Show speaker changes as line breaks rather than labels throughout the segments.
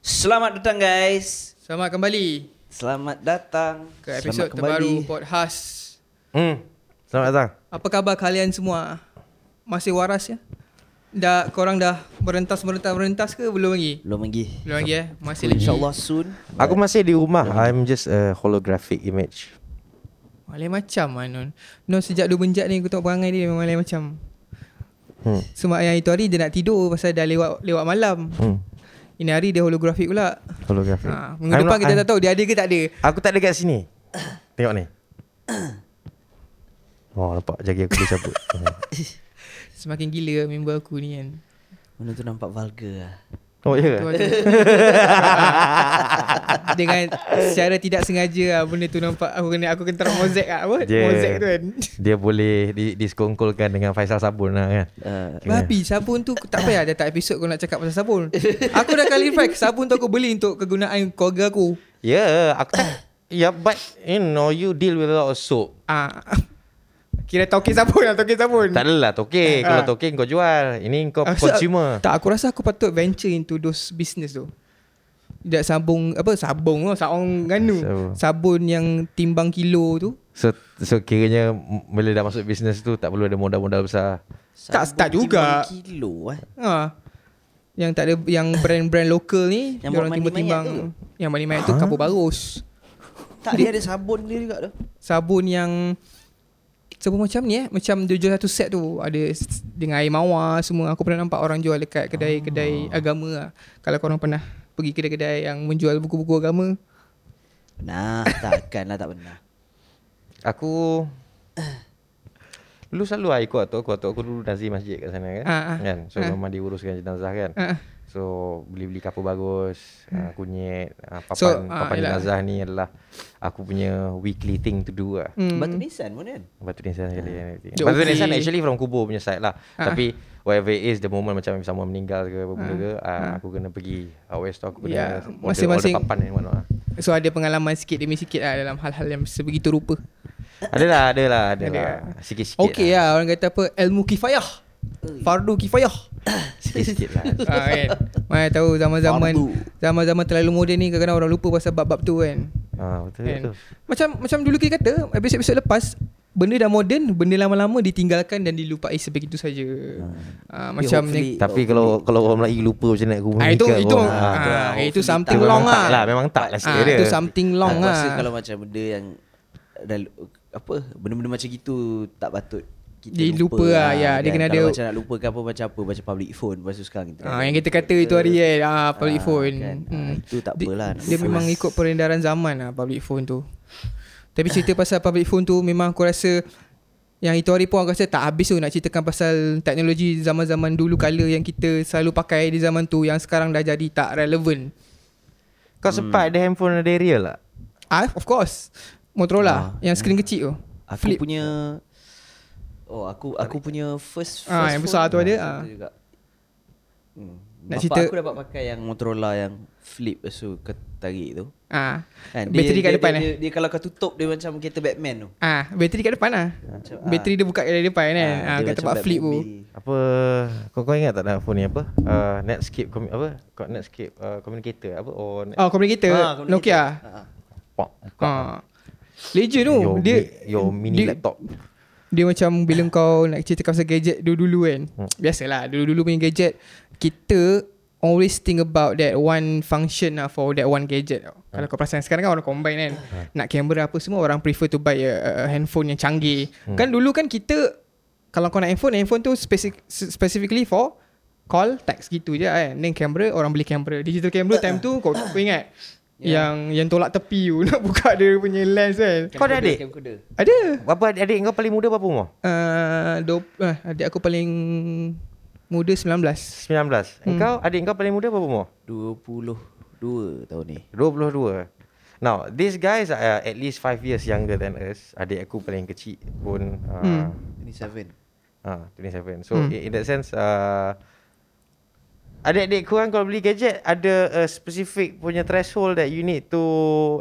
Selamat datang guys.
Selamat kembali
Selamat datang
ke
Selamat
episod terbaru podcast.
Hmm. Selamat datang.
Apa khabar kalian semua? Masih waras ya? Dah korang dah berentas merentas merentas ke belum lagi?
Belum lagi.
Belum lagi eh. Masih lagi.
InsyaAllah soon.
Aku masih di rumah. I'm just a holographic image.
Malay macam lah Non. Non sejak dua benjak ni aku tengok perangai dia memang malay macam.
Hmm.
Sebab yang itu hari dia nak tidur pasal dah lewat lewat malam.
Hmm.
Ini hari dia holografik pula.
Holographic.
Ha, minggu depan kita tak tahu dia ada ke tak ada.
Aku tak ada kat sini. Tengok ni. Oh nampak jari aku dia cabut. Hmm.
Semakin gila member aku ni kan.
Benda tu nampak vulgar lah.
Oh ya.
Tu
ke?
ada. Dengan secara tidak sengaja lah, benda tu nampak aku kena aku kena taruh mozaik ah apa?
Dia-
Mozaik tu kan.
Dia boleh di, diskongkolkan dengan Faisal Sabun lah kan.
Uh,
Kena.
Babi sabun tu tak payah dah tak episod kau nak cakap pasal sabun. Aku dah clarify sabun tu aku beli untuk kegunaan keluarga aku.
Ya, yeah, aku tak. yeah, but you know you deal with a lot of soap.
Ah. Kira toke sabun lah toke sabun.
Tak adalah toke.
Ah.
Kalau toke kau jual. Ini kau
Aku rasa-
consumer.
Tak aku rasa aku patut venture into those business tu. Dia sabung apa sabung lah, sabung ganu.
Sabung.
Sabun yang timbang kilo tu.
So, so kiranya m- bila dah masuk bisnes tu tak perlu ada modal-modal besar.
Tak- tak juga.
Kilo eh.
Ha. Yang tak ada yang brand-brand lokal
Yang
ni yang orang
buat mandi
timbang-timbang
mayat
yang mandi mayat tu
Ha?
kapur barus.
Tak dia ada sabun dia juga tu.
Sabun yang sabun macam ni eh, macam dia jual satu set tu ada s- dengan air mawar semua. Aku pernah nampak orang jual dekat kedai-kedai agama lah. Kalau korang pernah pergi kedai-kedai yang menjual buku-buku agama,
Nah, takkan lah tak pernah.
Aku Dulu selalu lah ikut atuk aku Atuk aku dulu nazir masjid kat sana kan
Ah, ah.
kan? So
Ah.
memang diuruskan jenazah kan
Ah. Hmm.
So beli-beli kapur bagus ah, Kunyit ah, Papan,
So, ah,
papan
yelah.
jenazah ni adalah Aku punya weekly thing to do lah
Hmm. Batu nisan pun kan?
Batu nisan sekali kan
Ah. The
Batu
only-
nisan actually from kubur punya side lah
Ah.
Tapi whatever it is The moment macam someone meninggal ke apa benda ke ah, Aku kena pergi Always tu aku
Ya,
kena order,
masing-masing-
order papan ni mana lah
so ada pengalaman sikit demi sikit lah dalam hal-hal yang sebegitu rupa.
Adalah, adalah,
Ada.
adalah Sikit-sikit
Okey
lah
lah. orang kata apa ilmu kifayah. Fardu kifayah.
Sikit-sikit lah
ha, kan? Mai tahu zaman-zaman
Fardu.
zaman-zaman terlalu moden ni kadang-kadang orang lupa pasal bab-bab tu kan.
ah, Betul,
kan?
betul
Macam macam dulu kita kata episod-episod lepas benda dah moden, benda lama-lama ditinggalkan dan dilupai sebegitu saja. Ha, macam
Ah. hopefully-
ni.
Tapi kalau kalau orang Melayu lupa macam nak aku
Ah itu
menikah
itu
kau.
ah,
hopefully
itu
tak.
something
Memang
long
tak lah,
ah.
memang tak lah
Ah,
sikit dia.
itu something long
aku rasa
ah.
kalau macam benda yang dah, lu- apa benda-benda macam gitu tak patut kita
Dia lupa lah, ya. Dia
kan? Kalau
kena ada-
macam nak lupakan apa macam apa macam public phone masa sekarang kita
Ah, yang kita kata itu hari kan ah,
Ah,
public phone.
kan. Ah,
Hmm.
itu tak
Dia-
apalah, nak
Dia,
force.
memang ikut peredaran zaman lah public phone tu. Tapi cerita pasal public phone tu memang aku rasa yang itu hari pun aku rasa tak habis tu nak ceritakan pasal teknologi zaman-zaman dulu kala yang kita selalu pakai di zaman tu yang sekarang dah jadi tak relevan.
Kau
Hmm.
sempat ada handphone ada real tak?
Ah, of course. Motorola yang skrin
Ah,
kecil tu.
hmm. Aku
Flip.
punya Oh aku aku punya first, first
Ah, yang besar
phone
tu ada,
macam
ah.
tu juga. Hmm. Bapak
Nak cerita-
aku dapat pakai yang Motorola yang flip so kau tarik tu.
Ah.
Kan,
Bateri kat
dia,
depan
dia,
eh.
dia, dia, kalau kau tutup dia macam kereta Batman tu.
Ah, bateri kat depan lah.
Macam, ah.
Bateri dia buka kat depan kan.
Ah, dia
Ah, kat
macam
tempat
Batman
flip tu.
movie.
Apa kau kau ingat tak dah phone ni apa? Uh, Netscape commu- apa? Kau Netscape uh, communicator apa or net-
Oh, communicator.
Ah,
Ah,
communicator.
Nokia.
Ah, ah.
Pop.
Ha. Legend tu
Your,
dia
mi- your mini
dia,
laptop.
Dia macam bila kau nak cerita pasal gadget dulu-dulu kan. Hmm.
Hmm.
Biasalah dulu-dulu punya gadget kita always think about that one function lah for that one gadget. tau. Kalau kau perasan sekarang kan orang combine kan. Nak kamera apa semua orang prefer to buy a, a handphone yang canggih. Kan dulu kan kita kalau kau nak handphone, handphone tu spesif- specifically for call, text gitu je kan. Then kamera, orang beli kamera. Digital camera time tu kau, kau ingat? Yang yang tolak tepi tu nak buka dia punya lens kan.
Kau ada adik?
Camcorder.
Ada.
Berapa adik, adik kau paling muda berapa umur?
Uh, dua, uh, adik aku paling muda 19.
19.
Hmm.
Engkau adik kau paling muda berapa umur?
22 tahun ni.
22. Now, these guys are uh, at least 5 years younger than us. Adik aku paling kecil pun
Hmm.
uh,
27.
Ah, 27. So
Hmm.
hmm. in, in that sense uh, adik-adik korang kalau beli gadget ada a specific punya threshold that you need to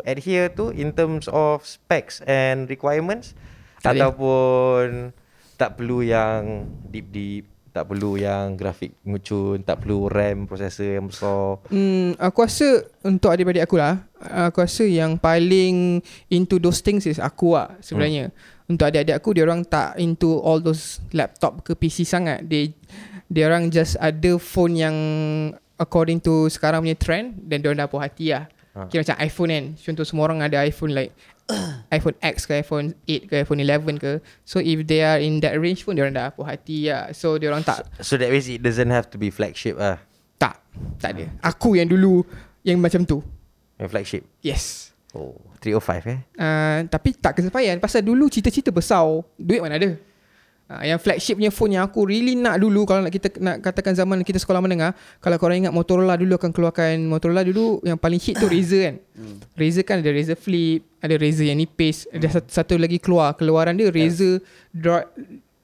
adhere to in terms of specs and requirements
Tak ada.
ataupun tak perlu yang deep deep Tak perlu yang grafik ngucun, tak perlu RAM, processor yang besar.
Hmm, aku rasa untuk adik-adik aku lah, aku rasa yang paling into those things is aku lah sebenarnya. Hmm. Untuk adik-adik aku, dia orang tak into all those laptop ke PC sangat. They dia orang just ada phone yang according to sekarang punya trend dan dia orang dah puas hati lah.
Ha.
Kira macam iPhone kan. Contoh semua orang ada iPhone like iPhone X ke iPhone 8 ke iPhone 11 ke. So if they are in that range pun dia orang dah puas hati lah. So dia orang tak
So that means it doesn't have to be flagship ah.
tak, tak ada. Aku yang dulu yang macam tu.
Yang flagship.
Yes.
Oh, 305 eh.
Uh, tapi tak kesempayan pasal dulu cita-cita besar, duit mana ada. Uh, yang flagship punya phone yang aku really nak dulu kalau nak kita nak katakan zaman kita sekolah menengah, kalau korang ingat Motorola dulu akan keluarkan Motorola dulu yang paling hit tu Razer kan. Razer kan ada Razer Flip, ada Razer yang nipis, ada satu, satu lagi keluar, keluaran dia Razer Droid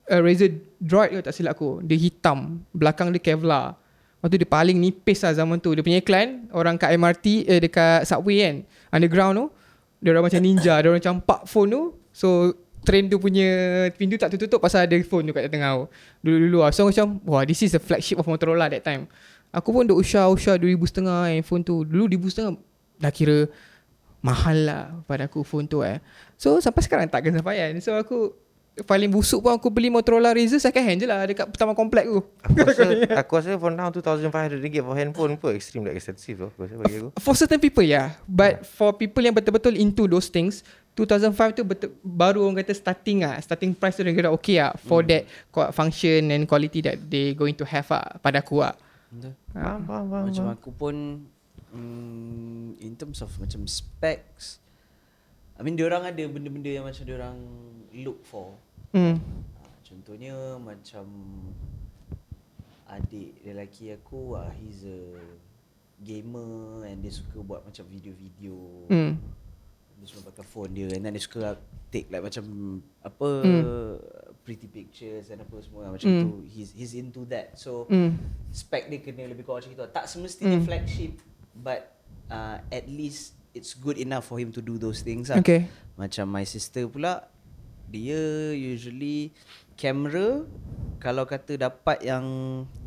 uh, Razer Droid ke tak silap aku. Dia hitam, belakang dia Kevlar. Lepas tu dia paling nipis lah zaman tu. Dia punya iklan, orang kat MRT, eh, dekat subway kan, underground tu, dia orang macam ninja, dia orang campak phone tu. So, train tu punya pintu tak tertutup pasal ada phone tu kat tengah tu. Dulu-dulu lah. So, aku macam, wah, this is the flagship of Motorola that time. Aku pun duk usah-usah 2,500 eh, phone tu. Dulu 2,500 dah kira mahal lah pada aku phone tu eh. So, sampai sekarang tak kesampaian. So, aku paling busuk pun aku beli Motorola Razr second hand je lah dekat pertama komplek tu.
Aku rasa aku rasa for now 2500 ringgit for handphone pun extreme like expensive tu aku rasa bagi aku.
For certain people yeah But for people yang betul-betul into those things 2005 tu betul, baru orang kata starting ah starting price tu dia kira okay ah
Hmm.
for that co- function and quality that they going to have ah pada aku ah
Betul.
Faham, faham, faham.
Macam aku pun mm, in terms of macam specs I mean diorang ada benda-benda yang macam diorang look for.
hmm
Ha, contohnya macam adik lelaki aku ah he's a gamer and dia suka buat macam video-video.
hmm
Dia semua pakai phone dia and then dia suka take like macam apa
Hmm.
pretty pictures and apa semua macam
Mm.
tu. He's he's into that. So
hmm
spec dia kena lebih kurang macam itu. Tak semestinya mm. flagship but uh, at least it's good enough for him to do those things lah.
Okay.
Macam my sister pula dia usually camera kalau kata dapat yang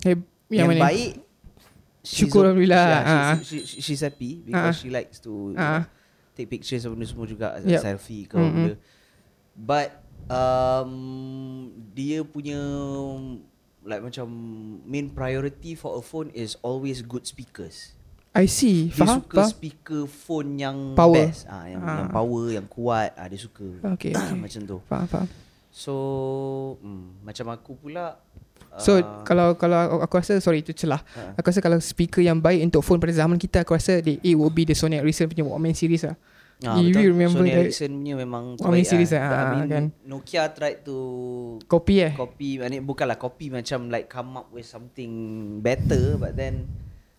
hey, yang,
yang,
mana
baik she's
Syukur
o-
Alhamdulillah.
yeah,
Ah.
she's, she, she, she's happy because
Ah.
she likes to uh,
Ah.
take pictures apa benda semua juga
Yup.
yep. selfie ke apa
Mm-mm.
benda but um, dia punya like macam main priority for a phone is always good speakers
I see
dia
faham
suka
faham
speaker phone yang
Power.
best ah yang,
Ah.
yang power yang kuat ah dia suka
Okay, okay.
macam tu
faham, faham.
so mm, macam aku pula
So
ah,
kalau kalau aku- aku rasa sorry itu celah.
Ha.
Aku rasa kalau speaker yang baik untuk phone pada zaman kita aku rasa the, it would be the Sony Ericsson punya Walkman series lah.
Ah,
If
betul.
you remember
Sony
that-
Ericsson punya memang
Oh, main
terbaik
series
lah.
lah,
But I
ah,
mean,
kan.
Nokia tried to
Kopi eh.
copy, I mean, bukanlah copy macam like come up with something better but then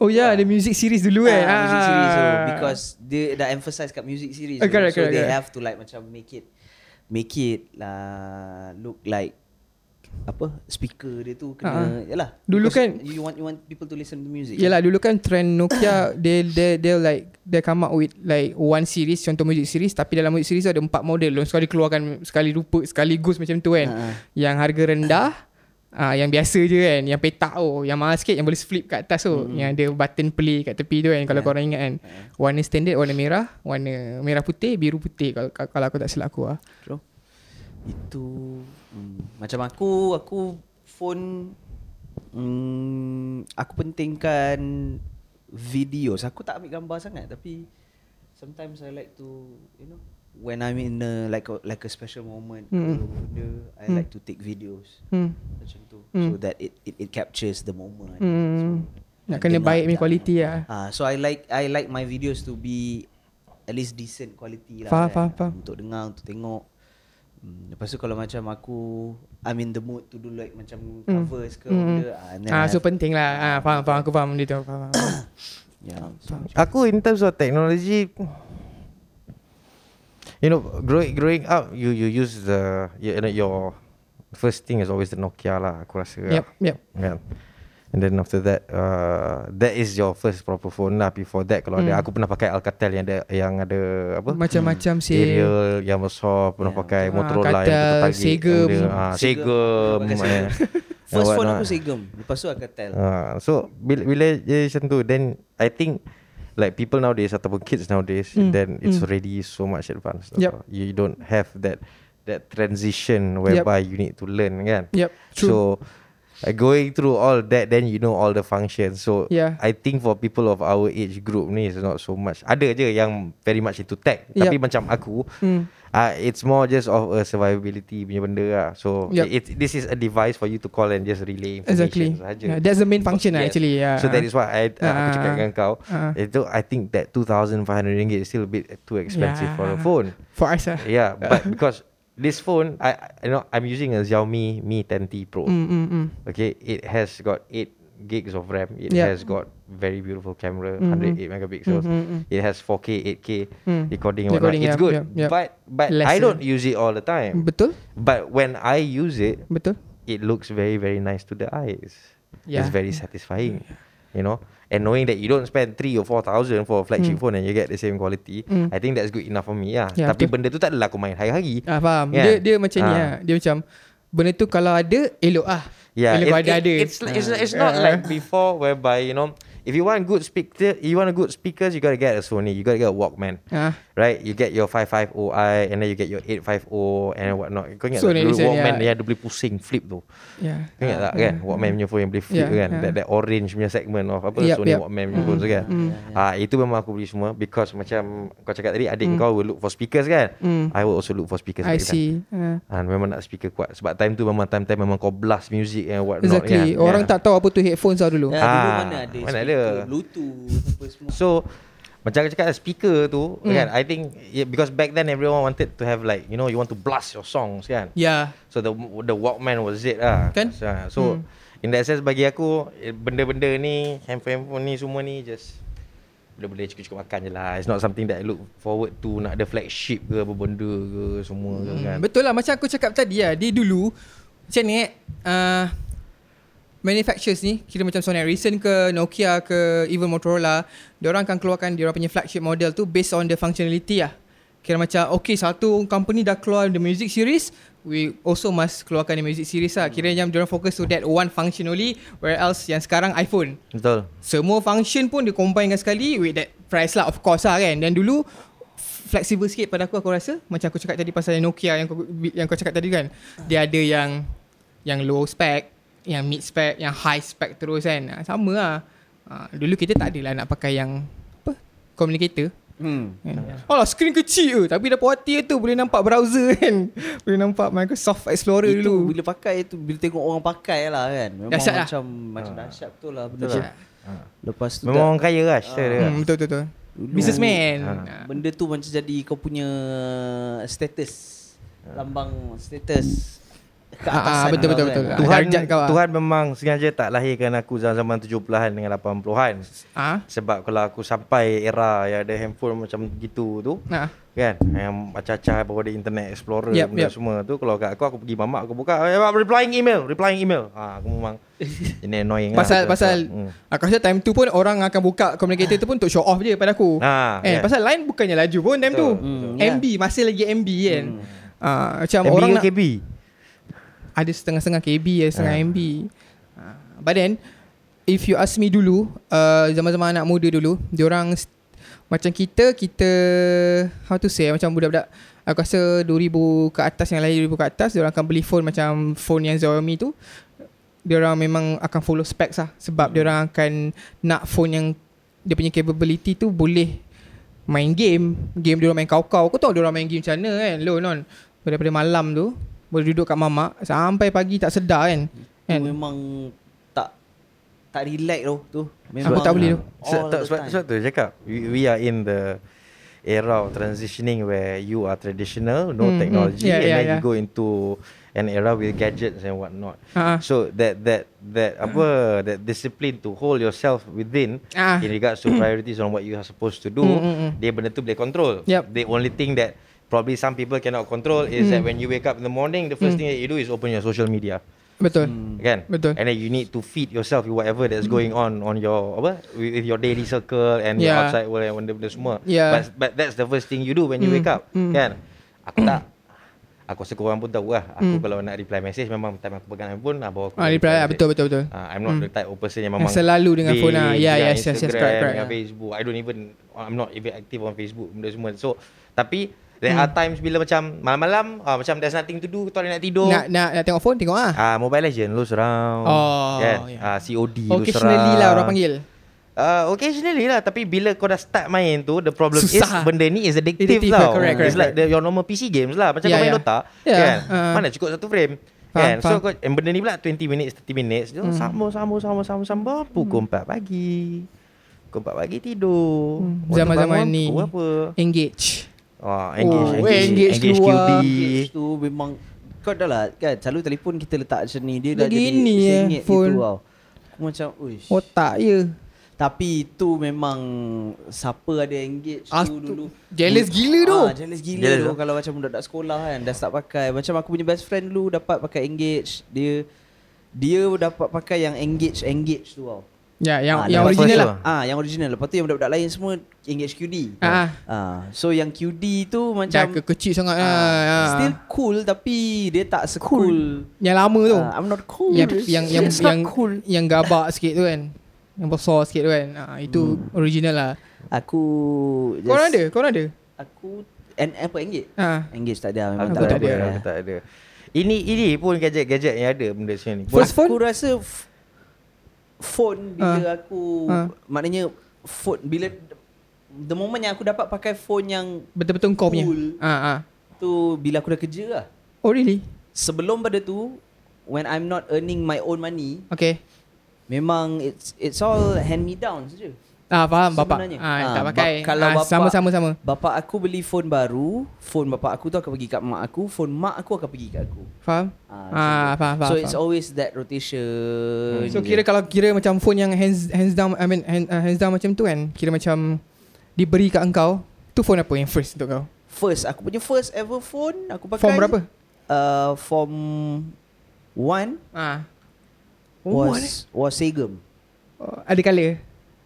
Oh ya, yeah, the music series dulu eh.
Ah, music series so
Ah.
because dia dah emphasize kat music series
Ah,
so,
correct,
so
correct,
they
correct.
have to like macam make it make it uh, look like apa speaker dia tu kena
Ah.
yalah
Dulu
because
kan-
you want you want people to listen to music
Yelah dulu kan trend Nokia they they they like they come up with like one series contoh music series tapi dalam music series tu ada empat model Lalu sekali keluarkan sekali rupa sekaligus macam tu kan.
Ha.
Yang harga rendah Ah, yang biasa je kan Yang petak tu Yang mahal sikit Yang boleh flip kat atas tu
Hmm.
mm. Yang ada button play kat tepi tu kan Kalau
Ha.
yeah. korang ingat kan Warna standard Warna merah Warna merah putih Biru putih Kalau, kalau aku tak silap aku lah
Bro. Itu mm, macam aku, aku phone mm, aku pentingkan video. Aku tak ambil gambar sangat tapi sometimes I like to, you know, when I'm in a, like a, like a special moment
Mm.
mm. benda, I
Mm.
like to take videos
hmm.
macam tu
Mm.
so that it it, it captures the moment.
Hmm.
So,
Nak
dia
kena baik punya
tak-
quality lah
Ah, so I like I like my videos to be at least decent quality lah.
Faham, faham, faham.
Untuk dengar, untuk tengok. Hmm, lepas tu kalau macam aku I'm in the mood to do like macam
Hmm.
covers ke
Hmm.
benda. Ah, and then I
Ah, so
have-
penting lah. Ah, faham, faham. Aku faham dia tu. Faham, faham.
yeah. So,
Aku in terms of technology You know growing growing up you you use the you know, your first thing is always the Nokia lah aku rasa. lah.
yep, yep.
Yeah. And then after that uh, that is your first proper phone lah before that kalau
Hmm.
ada aku pernah pakai Alcatel yang ada yang ada apa?
Macam-macam si
Ariel yang besar pernah
Yeah.
pakai
Ah,
Motorola
Alcatel,
yang tertarik
Sega,
benda. Ah,
Sega.
Sega.
Pakai Sega.
eh.
First
and
phone
whatnot.
aku Segem Lepas tu aku tell
Ah, so bila bila dia macam tu then I think like people nowadays ataupun kids nowadays
Hmm,
mm. then it's mm. already so much advanced.
Yep.
tau. You don't have that that transition whereby yep. you need to learn kan.
Yep, true.
So uh, going through all that then you know all the functions. So
Yeah.
I think for people of our age group ni is not so much. Ada je yang very much into tech
Yep.
tapi macam aku
Hmm.
mm. uh, it's more just of a survivability punya benda lah. So
Yep.
it, this is a device for you to call and just relay information
Exactly. Yeah,
saja.
that's the main function yes.
Yes.
actually. Yeah.
So that is why I, uh, aku cakap
Ah.
dengan kau.
Ah.
Itu I think that 2500 ringgit is still a bit too expensive yeah. for a
Yeah.
phone.
for us. Uh.
Yeah, but because this phone I I- you know I'm using a Xiaomi Mi 10T Pro.
Mm, mm, mm.
Okay, it has got 8 gigs of RAM. It
Yeah.
has got very beautiful camera,
Mhm.
108 megapixels.
Mhm, mhm.
It has 4K, 8K
Mm.
recording and
Recording,
whatnot. It's
yeah,
good.
yeah, Mm. yeah.
But but
Less
I
than-
don't use it all the time.
Betul?
But when I use it,
Betul?
it looks very very nice to the eyes.
Yeah.
It's very satisfying, you know. And knowing that you don't spend three or four thousand for a flagship phone and you get the same quality,
Mm.
I think that's good enough for me lah.
Yeah,
Tapi
betul.
benda tu tak adalah aku main hari-hari.
Ah faham.
Kan?
Yeah. Dia dia macam ni
Ah.
ah. Dia macam benda tu kalau ada elok ah.
Yeah,
elok
it,
kalau ada
it,
ada.
it's it's not, it's not
Ah.
like before whereby you know if you want good speaker, you want a good speakers, you gotta get a Sony, you gotta get a Walkman.
ah.
Right, you get your 550i and then you get your 850 and whatnot. Kau ingat
So,
tak
there
dulu
is a-
Walkman
yeah.
yang dia boleh pusing flip tu.
Yeah.
Kau ingat tak kan Walkman punya phone yang boleh flip
Ah. Yeah,
tu kan
yeah.
that, that orange punya segment of apa
Yup,
Sony
yup. Mm,
Walkman punya phone tu kan Ah Itu memang aku beli semua because macam kau cakap tadi adik kau will look for speakers kan
Mm.
I will also look for speakers
I
at that
see.
time.
Ah.
Ah, memang nak speaker kuat Sebab time tu memang time-time Memang kau blast music and what not
Exactly.
kan
Orang
Yeah.
tak tahu apa tu headphones tau dulu.
Ya, dulu
Ah,
mana ada
mana
Mana
ada.
ada Bluetooth Apa semua
So macam aku cakap speaker tu
Hmm.
mm. kan I think yeah, because back then everyone wanted to have like you know you want to blast your songs kan
Yeah.
So the the Walkman was it lah.
Kan?
So, so hmm. in that sense bagi aku eh, benda-benda ni handphone-handphone ni semua ni just boleh-boleh cukup-cukup makan je lah. It's not something that I look forward to nak ada flagship ke apa benda ke semua ke kan.
Hmm, Betul lah macam aku cakap tadi lah Dia dulu Macam ni eh uh, Manufacturers ni Kira macam Sony Ericsson ke Nokia ke Even Motorola Diorang akan keluarkan Diorang punya flagship model tu Based on the functionality lah Kira macam Okay satu company dah keluar The music series We also must keluarkan The music series lah Kira macam diorang fokus to that One function only Where else yang sekarang iPhone
Betul.
Semua function pun dia combinekan sekali with that price lah of course lah kan. Dan dulu flexible sikit pada aku aku rasa macam aku cakap tadi pasal yang Nokia yang kau, yang kau cakap tadi kan. Dia ada yang yang low spec, yang mid spec, yang high spec terus kan. Ah, Sama lah. Ah, dulu kita tak adalah nak pakai yang apa? Communicator.
hmm.
Kan? Alah screen kecil je tapi dah puas hati tu boleh nampak browser kan. Boleh nampak Microsoft Explorer
Itu
dulu.
bila pakai tu Bila tengok orang pakai lah kan Memang
Dahsyat lah.
macam Macam dahsyat betul lah Benda
Ah.
tu
Betul lah.
Lepas tu
Memang
Memang
orang kaya lah cerita dia.
Hmm, betul betul betul.
Dulu-
Businessman.
Ah.
Ah.
tak, Benda tu macam jadi Kau punya Status
Ha.
Lambang status
Ah, ah, betul, betul, betul.
kan.
Tu-
Tuhan
darjat kau lah.
Tuhan memang sengaja tak lahirkan aku zaman-zaman 70-an dengan 80-an.
Ah.
Sebab kalau aku sampai era yang ada handphone macam gitu tu,
Nah.
Kan Yang acah-acah Daripada internet
Yep,
explorer yep, benda
yep.
yep. semua tu Kalau kat aku Aku pergi mamak Aku buka eh, Replying email Replying email ha, Aku memang Ini annoying
Pasal
lah,
pasal
hmm.
aku rasa time tu pun orang akan buka communicator tu pun untuk show off je pada aku.
Ah,
eh,
yeah.
pasal line bukannya laju pun time tu.
Betul,
betul.
MB masih lagi MB kan. Ah, macam
MB
orang
ke
nak,
KB
ada setengah-setengah KB ada setengah
Ya.
MB. Ah, but then if you ask me dulu uh, zaman-zaman anak muda dulu diorang s- macam kita kita how to say macam budak-budak aku rasa 2000 ke atas yang lain 2000 ke atas diorang akan beli phone macam phone yang Xiaomi tu diorang memang akan follow specs lah sebab
Hmm.
diorang akan nak phone yang dia punya capability tu boleh main game game diorang main kau-kau kau tahu diorang main game macam mana kan lo non daripada malam tu boleh duduk kat mamak sampai pagi tak sedar kan
Tu
kan
memang Tak Tak relax tu tu
Sebab tak boleh tu.
Se-
all
tak,
the
Sebab
time.
sebab tu dia cakap we, we are in the Era of transitioning Where you are traditional No
Hmm, hmm.
technology
Yeah,
And
yeah,
then you
yeah.
go into An era with gadgets And whatnot
Ah.
So that that that
Uh-huh.
apa that discipline to hold yourself within
Ah.
in regards to priorities on what you are supposed to do,
Mm, mm, mm.
dia benda tu boleh control.
Yup. Mm.
The only thing that probably some people cannot control is that when you wake up in the morning, the first thing that you do is open your social media,
Betul.
Hmm.
kan?
Betul. Hmm.
And then you need to feed yourself with whatever that's going on on your apa with, with your daily circle and your
Yeah.
outside world and benda-benda semua.
Yeah. Hmm.
But but that's the first thing you do when you
Mm,
wake up,
mm.
kan? Aku kan? tak Aku rasa korang pun tahu lah. Aku hmm. kalau nak reply message memang time aku pegang handphone, ah, bawa aku
Ah, reply lah. Betul, betul, betul.
Uh, I'm not hmm. the type of person yang
Yang
memang
selalu dengan
di-
phone lah. Ya,
dengan
yes, yes, yes,
Instagram,
correct, correct,
Dengan
ya.
Facebook. I don't even, I'm not even active on Facebook. Benda semua. So, tapi there hmm. are times bila macam malam-malam, ah, macam there's nothing to do, kau nak tidur.
Nak, nak, nak tengok phone, tengok lah.
Ah, Mobile Legend lose round.
Oh,
kan?
yeah.
Ah, COD lose round.
Occasionally lah orang panggil.
Uh, occasionally lah Tapi bila kau dah start main tu The problem
Susah.
is Benda ni is addictive,
Addictive lah,
tau
correct, correct, Ya,
It's like the, your normal PC games lah Macam
Yeah,
kau main
yeah.
Dota
Yeah,
kan?
uh.
Mana cukup satu frame
Faham,
kan?
faham.
So kau, and benda ni pula 20 minutes 30 minutes Dia hmm. sambung sambung sambung sambung sambung
Hmm.
Pukul 4 pagi Pukul 4 pagi tidur
Hmm.
Waktu
Zaman-zaman
bangun,
ni.
Pukul apa
Engage.
Oh, engage,
Oh,
engage,
engage
engage,
keluar.
QD.
Engage tu memang kau dah lah kan selalu telefon kita letak macam ni dia dah
Lagi
jadi
ni, eh,
sengit
phone.
gitu tau. Aku macam uish.
Otak je.
Tapi tu memang siapa ada engage
Ah,
tu
tu-
dulu.
jealous gila tu.
Ah, jealous gila
Jealous
tu
tu.
kalau macam budak-budak sekolah kan dah start pakai. Macam aku punya best friend dulu dapat pakai engage. Dia dia dapat pakai yang engage engage tu tau.
Ya, yang
Ah,
yang
lepas
original
tu-
lah.
Ah, yang original. Lepas tu yang budak-budak lain semua engage QD.
Ah.
ah. So yang QD tu
Macam
macam
ke kecil sangat lah.
Ah,
Ah.
still cool tapi dia tak secool.
yang lama tu.
Ah, I'm not cool.
yang yang yang
It's not
yang, yang gabak sikit tu kan. Yang besar sikit tu kan. Ah, itu
Hmm.
original lah.
aku just,
Korang ada? Korang ada?
Aku and apa engage?
Ah.
Engage tak ada memang
Aku
tak,
tak
ada.
ada, aku tak ada. Ini ini pun gadget-gadget yang ada benda sini.
First phone?
Aku rasa f- phone bila aku
Ah.
maknanya phone bila the moment yang aku dapat pakai phone yang
Betul-betul kau punya.
Cool.
Ah, ah.
tu bila aku dah kerja lah.
Oh really?
Sebelum pada tu when I'm not earning my own money
Okay.
memang it's it's all hand me down saja.
Ah faham bapak.
Sebenarnya.
Ah,
Ah,
tak pakai.
bab- kalau
ah,
bapak-
sama sama sama.
Bapa aku beli phone baru, phone bapa aku tu akan pergi kat mak aku, phone mak aku akan pergi kat aku.
Faham?
Ah,
Ah, faham faham.
so
faham.
it's always that rotation.
So kira kalau kira macam phone yang hands hands down I mean hand, uh, hands down macam tu kan. Kira macam diberi kat engkau, tu phone apa yang first untuk kau?
first aku punya first ever phone aku pakai.
Form berapa?
Uh, form 1
Ah. Was,
was was Segem.
oh, ada colour.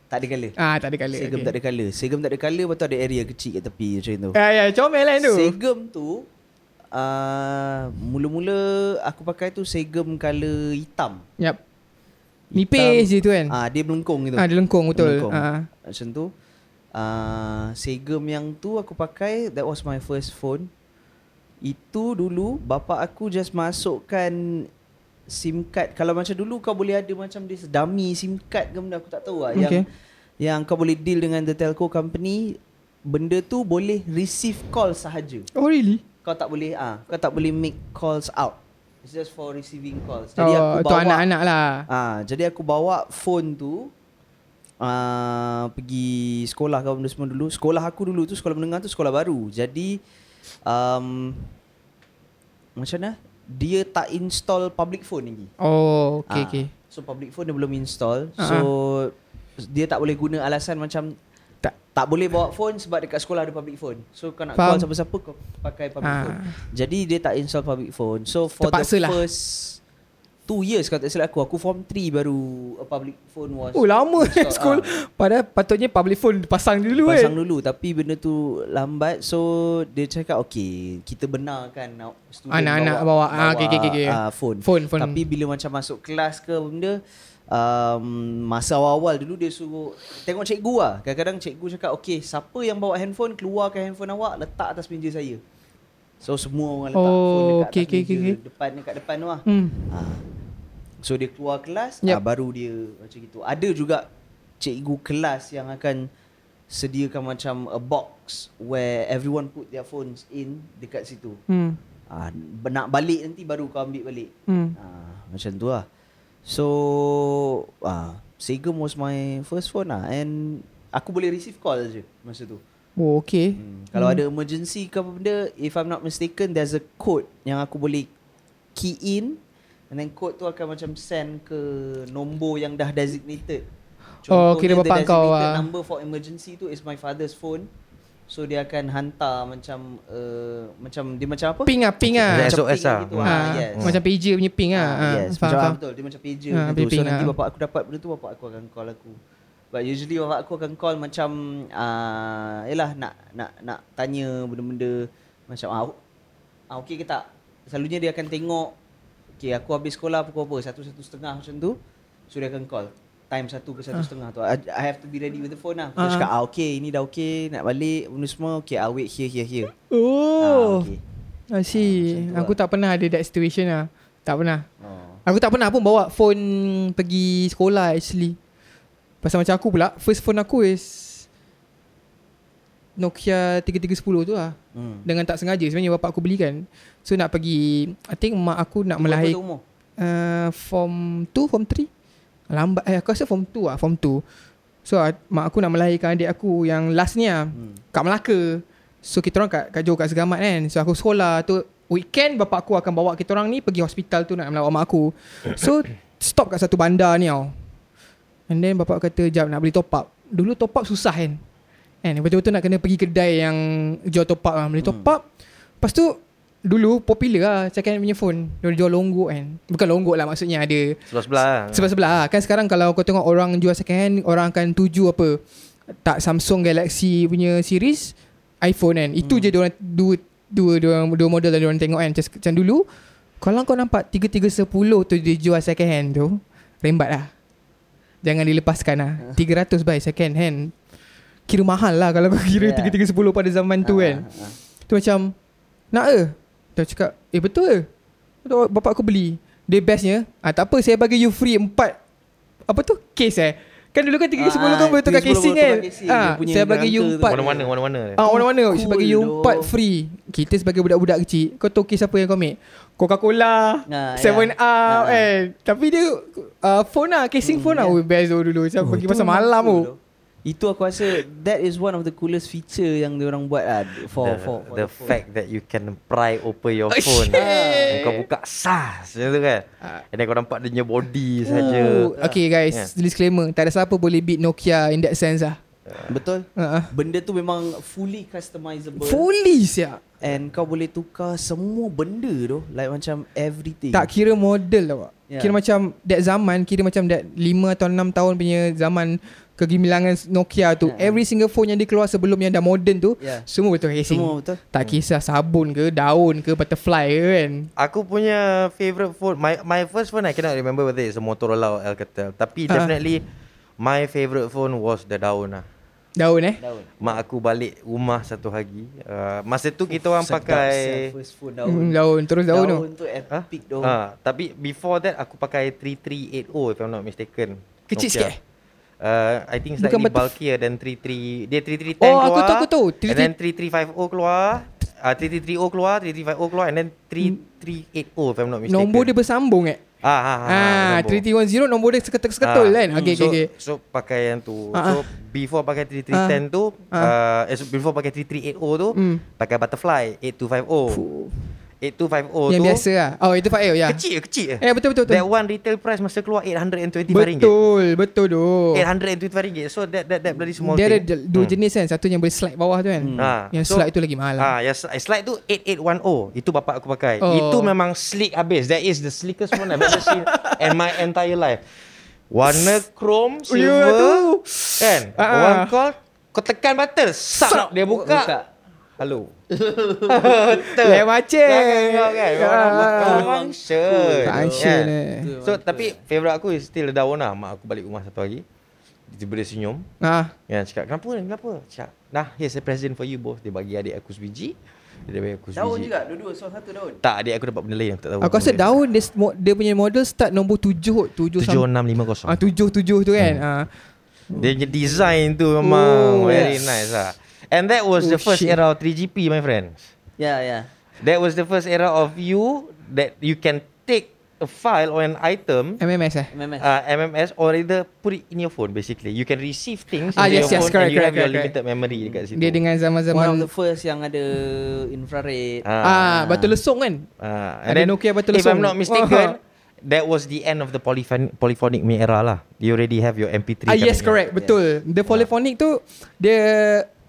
Tak ada colour.
Ah, tak ada colour.
Segem tak ada colour. Segem tak ada colour, lepas tu ada area kecil kat tepi macam tu.
Ah, ya, comel lah tu.
Segem tu uh, mula-mula aku pakai tu segem colour hitam.
Yap. Nipis je tu kan.
Ah, dia melengkung gitu.
Ah, dia lengkung betul.
Melengkung.
Ah.
Macam tu. Uh, segem yang tu aku pakai That was my first phone Itu dulu Bapa aku just masukkan SIM card Kalau macam dulu kau boleh ada Macam dia dummy SIM card ke benda Aku tak tahu lah Yang
Okay.
Yang kau boleh deal dengan The telco company Benda tu boleh Receive call sahaja
Oh really?
Kau tak boleh ah, Kau tak boleh make calls out It's just for receiving calls Jadi
Oh,
aku
tu
bawa
anak-anak lah.
Ah, jadi aku bawa phone tu ah, pergi sekolah kau benda semua dulu. Sekolah aku dulu tu sekolah menengah tu sekolah baru. Jadi um, macam mana? Dia tak install public phone lagi.
Oh, okay,
Ah,
okay. Ah.
So public phone dia belum install. So dia tak boleh guna alasan macam
Tak.
tak boleh bawa phone sebab dekat sekolah ada public phone. So kau nak
Faham.
call siapa-siapa kau pakai public
Ah.
phone. Jadi dia tak install public phone. So for
Terpaksa
the
lah.
first two years kalau tak silap aku, aku form 3 baru a public phone was.
Oh lama eh
installed.
school.
Ah,
Padahal patutnya public phone pasang dulu
Pasang
kan.
dulu tapi benda tu lambat so dia cakap okay kita benarkan nak student
Anak-anak bawa, ah, okay, okay, okay, okay.
ah, phone.
Phone, phone.
Tapi bila macam masuk kelas ke benda um, masa awal-awal dulu dia suruh tengok cikgu lah. Kadang-kadang cikgu cakap okay siapa yang bawa handphone keluarkan handphone awak letak atas meja saya. So semua orang letak
Oh,
phone dekat
okay,
atas
okay,
meja
okay, okay.
depan dekat depan tu lah.
Hmm.
Ah. So dia keluar kelas
Yup.
yep. ah, Baru dia macam gitu Ada juga cikgu kelas yang akan Sediakan macam a box Where everyone put their phones in Dekat situ
Hmm.
ah, Nak balik nanti baru kau ambil balik
Hmm.
ah, Macam tu lah So ah, Segem was my first phone lah And Aku boleh receive call je Masa tu
Oh, okay.
Hmm. Kalau ada emergency ke apa benda, if I'm not mistaken, there's a code yang aku boleh key in and then code tu akan macam send ke nombor yang dah designated.
Oh,
Contohnya,
kira bapak
the
kau,
designated
ah.
number for emergency tu is my father's phone. So dia akan hantar macam uh, macam dia macam apa?
Ping ah, ping ah.
Macam
Macam SOS
ping
lah.
gitu,
Ah,
ah, yes.
Macam pager punya ping ah.
Ah,
ah.
yes,
Faham,
macam, ah,
faham.
betul. Dia macam pager
Ah,
ah, gitu. So
ping-ping,
nanti
ah.
bapak aku dapat benda tu, bapak aku akan call aku. But usually bapak aku akan call macam ah, Yelah nak nak nak tanya benda-benda macam ah, ah, okey ke tak? Selalunya dia akan tengok, okey aku habis sekolah pukul apa? Satu, satu setengah macam tu. So dia akan call. Time satu ke satu setengah tu. I, I have to be ready with the phone lah. Aku
Ah.
uh. cakap, ah okey, ini dah okey, nak balik, benda semua. Okey, I'll wait here, here, here.
Oh.
Ah, okay.
I see.
Ah, macam tu
Aku
lah.
tak pernah ada that situation lah. Tak pernah.
Oh.
Aku tak pernah pun bawa phone pergi sekolah actually. Pasal macam aku pula, first phone aku is Nokia 3310 tu lah.
Hmm.
Dengan tak sengaja sebenarnya bapak aku belikan. So nak pergi, I think mak aku nak melahir
Berapa tu umur?
uh, form 2, form 3. Lambat, eh, aku rasa form 2 lah, form 2. So ah, mak aku nak melahirkan adik aku yang last ni lah.
Hmm.
kat Melaka. So kita orang kat, kat Johor kat Segamat kan. So aku sekolah tu weekend bapak aku akan bawa kita orang ni pergi hospital tu nak melawat mak aku. So stop kat satu bandar ni tau. And then bapak kata jap nak beli top up. Dulu top up susah kan. Kan betul-betul nak kena pergi kedai yang jual top up lah. Beli top up. Lepas tu dulu popular lah second hand punya phone. Dia jual longgok kan. Bukan longgok lah maksudnya ada
Sebelah-sebelah lah.
Sebelah-sebelah lah. Kan sekarang kalau kau tengok orang jual second hand, orang akan tuju apa? Tak Samsung Galaxy punya series, iPhone kan. Itu hmm. je diorang, dua, dua, dua, dua model yang diorang tengok kan. Macam, macam dulu, kalau kau nampak 3310 tu dia jual second hand tu, rembat lah. Jangan dilepaskan lah. 300 by second hand. Kira mahal lah kalau kau kira
Yeah.
yeah. 3310 pada zaman tu kan.
Ah, ah.
Tu macam Nak ke? Dia cakap Eh betul ke? Tu Bapak aku beli Dia bestnya ah, Tak apa saya bagi you free empat Apa tu? Case eh Kan dulu kan 310 ah,
Ah,
kan boleh tukar
310 boleh
casing kan
tukar casing.
ah,
Dia punya
Saya bagi you
garantor tu.
empat
Warna-warna, warna-warna.
Ah, warna-warna cool
Cool
Saya bagi you
doh.
empat free Kita sebagai budak-budak kecil Kau tahu kes apa yang kau ambil? Coca-Cola
Ah,
Seven
ya.
Up
Ah. Hmm, ya.
eh. Tapi dia uh, Phone lah Casing phone lah yeah. Oh best tu dulu Saya pergi pasal
Oh.
malam oh. tu
Itu aku rasa that is one of the coolest feature yang dia orang buat lah for
the,
for, for
the
phone.
fact that you can pry open your
Oh,
phone.
shit.
And kau buka sas macam tu kan.
Ah.
And then kau nampak dia punya body
Ooh,
saja.
Oh,
Ah,
Okay guys
Yeah.
Disclaimer Tak ada siapa boleh beat Nokia In that sense lah
Betul?
Ah, ah.
Benda tu memang fully customizable
Fully siap
and kau boleh tukar semua benda tu like macam everything.
Tak kira model tau Wak.
Ya.
Kira macam That zaman Kira macam that 5 atau 6 tahun punya zaman Kegemilangan Nokia tu
Ya.
Every single phone yang dia keluar sebelum Yang dah modern tu
Ya.
Semua betul casing
Semua betul.
Tak kisah sabun ke Daun ke Butterfly ke kan
Aku punya favourite phone, my my first phone I cannot remember whether it's a Motorola or Alcatel. Tapi
Ah.
definitely my favourite phone was the daun lah.
Daun eh
Daun.
Mak aku balik rumah satu hari. Uh, masa tu kita orang
Sedap,
pakai
siap, first phone daun.
Daun, Hmm, daun. Terus daun, tu
tu epic tu.
Ha, tapi before that aku pakai 3380 if I'm not mistaken.
Kecil sikit eh?
Uh, I think
Bukan
slightly
butterf-
bulkier than 33 dia
Oh,
3310 keluar.
aku tahu, aku tahu.
And then 3350 keluar. Uh, 3330 keluar, 3350 keluar and then 3380 if I'm not mistaken.
Nombor dia bersambung eh
Ah, ah, ah,
Ah,
nombor.
3310 nombor dia seketul-seketul
Ah,
kan Okay
so,
okay okay
So pakai yang tu.
Ah,
so before pakai 3310 tu,
Ah.
uh, eh, so before pakai 3380 tu,
Hmm.
pakai butterfly 8250.
Fuh.
8250
Yang
tu.
biasa lah Oh itu Pak El ya
Kecil ke kecil eh?
Eh betul betul
That
betul
one retail price masa keluar 825 ringgit.
Betul Betul doh
825 ringgit. So that that that bloody small
Dia ada
thing.
d- dua jenis kan Satu yang boleh slide bawah tu kan
Hmm.
Ha.
Yang
So-
slide tu lagi mahal lah
Ah, yang sli- slide tu 8810. Itu bapak aku pakai.
Oh.
Itu memang sleek habis. That is the sleekest one I've ever seen in my entire life. Warna chrome,
Ya, tu.
silver, kan?
Ah, ah.
Orang call, kau tekan button, sap, dia buka.
Buka.
Hello.
Eh. Lain macam.
Kan, kan? Orang
Ah.
makan orang sure.
Tak action
Kan?
eh.
So tapi favourite aku is still daun lah. Mak aku balik rumah satu hari. Tiba-tiba dia senyum.
Ah,
Ya, cakap kenapa ni? Kenapa? Cakap, nah, here's a present for you both. Dia bagi adik aku sebiji. Dia bagi aku sebiji.
Daun juga dua-dua so satu daun.
Tak, adik aku dapat benda lain aku tak tahu.
aku rasa daun dia, smo- dia punya model start nombor tujuh kot. Tujuh sam-
7650.
Ah, tujuh tujuh tu kan. Ah.
Dia punya design tu
Oh,
memang very
yes.
nice lah. And that was
Oh,
the first
shit.
era of 3GP, my friends.
Ya ya.
That was the first era of you that you can take a file or an item
MMS eh.
MMS.
uh, MMS or either put it in your phone basically. You can receive things
Ah,
in
yes, yes,
your phone
correct,
and you
correct,
have your
correct,
limited memory dekat situ.
Dia dengan
One of
zaman-zaman
the first yang ada infrared.
Ah.
ah, batu lesung kan. Ada
Ah, and then
Nokia batu
If
lesung.
I'm not mistaken, that was the end of the polyphon- polyphonic punya era lah. You already have your MP3.
Ah, yes
coming out.
correct. Betul. The polyphonic tu dia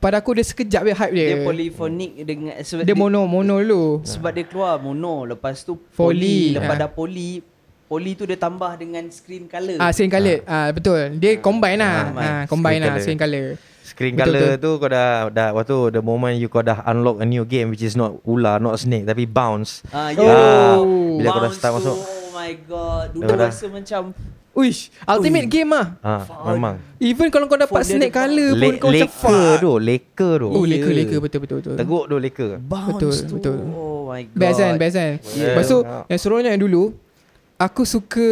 pada aku dia sekejap dia hype dia.
Dia polyphonic dengan sebab
Dia mono mono dulu.
Sebab dia keluar mono Lepas tu
Poly,
Lepas
ah.
dah poli Poly tu dia tambah dengan screen colour.
Ah, same colour. Ah, betul. Dia combine lah.
combine.
Ah, combine
Same
lah
colour.
same colour.
Screen
Betul,
color tu kau dah dah waktu the moment you kau dah unlock a new game which is not ular not snake tapi bounce.
Ah,
ya.
Ah,
Oh.
bila kau dah
Bounce
start
tu,
masuk.
Oh my god. Dulu
Dah, dah.
rasa macam
Uish, ultimate game ah.
Ah, memang.
Even kalau kau dapat
Phone dia
snake
depan.
colour pun
Le-
kau macam
leka
fuck.
tu, leka tu.
Oh,
Ya.
leka leka betul betul betul.
Teguk tu leka.
bounce
Betul,
tu.
betul.
Oh my god.
Best kan, best kan.
Yeah.
Lepas tu, yang seronoknya yang dulu, aku suka...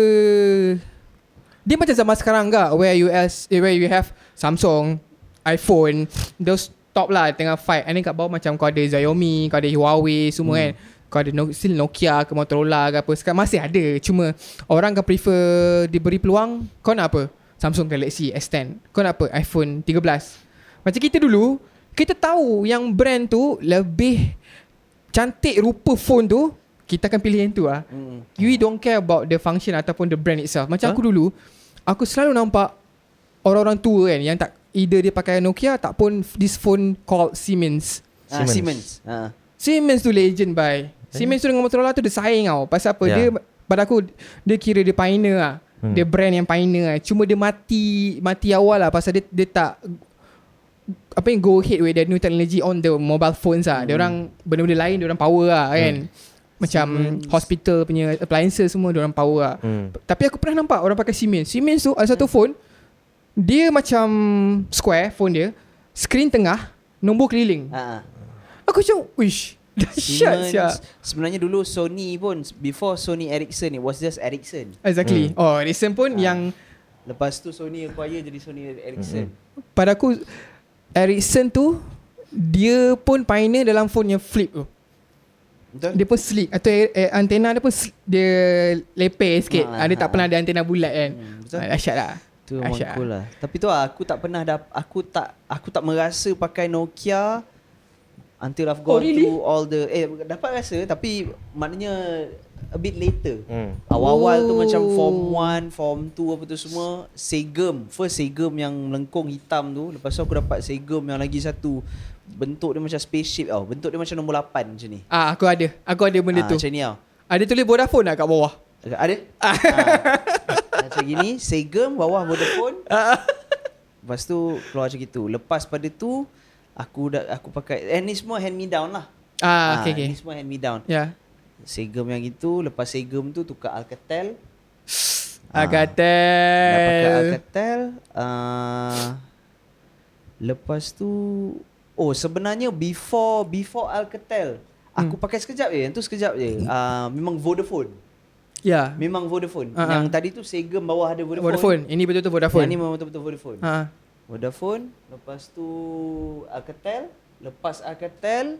Dia macam zaman sekarang enggak, where you as, eh, where you have Samsung, iPhone, those top lah tengah fight. And then kat bawah macam kau ada Xiaomi, kau ada Huawei, semua hmm. kan. Kau ada no, still Nokia ke Motorola ke apa. Sekarang masih ada. Cuma orang akan prefer diberi peluang, kau nak apa? Samsung Galaxy S10. Kau nak apa? iPhone 13. Macam kita dulu, kita tahu yang brand tu lebih cantik rupa phone tu kita akan pilih yang tu ah.
Hmm.
You don't care about the function ataupun the brand itself. Macam huh? aku dulu, aku selalu nampak orang-orang tua kan yang tak either dia pakai Nokia ataupun this phone called Siemens.
Ah,
Siemens.
Siemens. Ah.
Siemens tu legend by. Siemens tu dengan Motorola tu dia saing tau. Pasal apa?
Ya.
Yeah. Dia pada aku dia kira dia pioneer lah.
Hmm.
Hmm. Dia brand yang pioneer lah. Cuma dia mati mati awal lah pasal dia dia tak apa yang go ahead with the new technology on the mobile phones lah. Hmm. Dia orang benda-benda lain dia orang power lah kan. Macam
Hmm. Siemens.
hospital punya appliances semua dia orang power lah.
Hmm.
Tapi aku pernah nampak orang pakai Siemens. Siemens tu ada satu
Hmm.
phone dia macam square phone dia, screen tengah, nombor keliling.
Ah.
Aku macam Wish Dahsyat siap
Siemens. Sebenarnya dulu Sony pun before Sony Ericsson it was just Ericsson.
Exactly hmm. Oh Edison pun
Ah.
yang
Lepas tu Sony acquire jadi Sony Ericsson.
Pada aku Edison tu Dia pun pioneer dalam phone yang flip tu
Betul?
Dia pun sleek Atau eh, eh, antena dia pun sl- Dia leper sikit
Ah,
ah, Dia
ah,
tak pernah ada antena bulat kan
Hmm, betul.
hmm, Dahsyat lah
Tu
Dahsyat
memang cool lah. Tapi tu lah, aku tak pernah dap, aku tak aku tak merasa pakai Nokia until I've
Oh,
gone
really?
through all the eh dapat rasa tapi maknanya a bit later.
Hmm.
Awal-awal tu
Oh.
macam form 1, form 2 apa tu semua segem. First segem yang melengkung hitam tu, lepas tu aku dapat segem yang lagi satu bentuk dia macam spaceship tau. Bentuk dia macam nombor 8 macam ni.
Ah, aku ada Aku ada
Ah,
benda tu
Macam ni tau.
Ada tulis Vodafone lah kat bawah
Agak- Ada? ha. Macam gini, segem bawah Vodafone. Lepas tu keluar macam gitu. Lepas pada tu aku dah aku pakai and ni semua hand me down lah.
Ah,
Ah,
okay, okay.
Ni semua hand me down.
Ya
Segem yang itu, lepas segem tu tukar Alcatel. Ah. Dah
Eh.
pakai
Alcatel
Alcatel. Uh, lepas tu oh sebenarnya before before Alcatel aku pakai sekejap je, yang tu sekejap je. Uh, memang Vodafone.
Ya
Memang Vodafone.
Ah,
Yang
ah.
tadi tu segem bawah ada Vodafone.
Vodafone Ini betul-betul Vodafone
Yang ni memang betul-betul Vodafone.
Ah.
Vodafone, lepas tu Alcatel, lepas Alcatel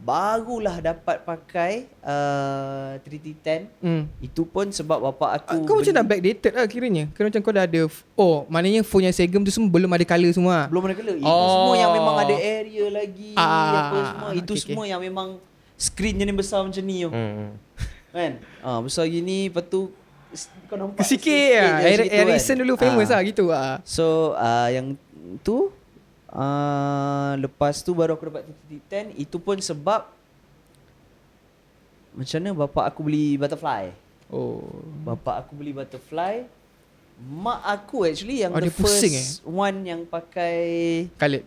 barulah dapat pakai uh, 3T10.
Hmm.
Itu pun sebab bapa
Ah,
aku
Kau
beli-
macam dah backdated lah kiranya Kira macam kau dah ada f- Oh maknanya phone yang segem tu semua Belum ada colour semua
belum ada color. Itu
Oh.
semua yang memang ada area lagi
Ah,
apa semua. Itu
okay, okay.
semua yang memang screen jenis besar macam ni. Hmm.
Hmm.
Kan? Ah besar gini, lepas tu s- kau nampak
Sikit
sikit je
lah
macam
Er-
gitu kan.
Ericsson dulu famous
Ah.
lah gitu lah
So uh, yang tu uh, lepas tu baru aku dapat titik 10 itu pun sebab macam mana bapa aku beli butterfly.
Oh
Bapa aku beli butterfly. Mak aku actually yang
Oh,
the
dia pusing
first one yang pakai
Khalid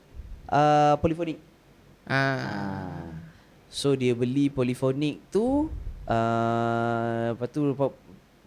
uh, polyphonic.
ah.
Ah. So dia beli polyphonic tu uh, lepas tu lepas,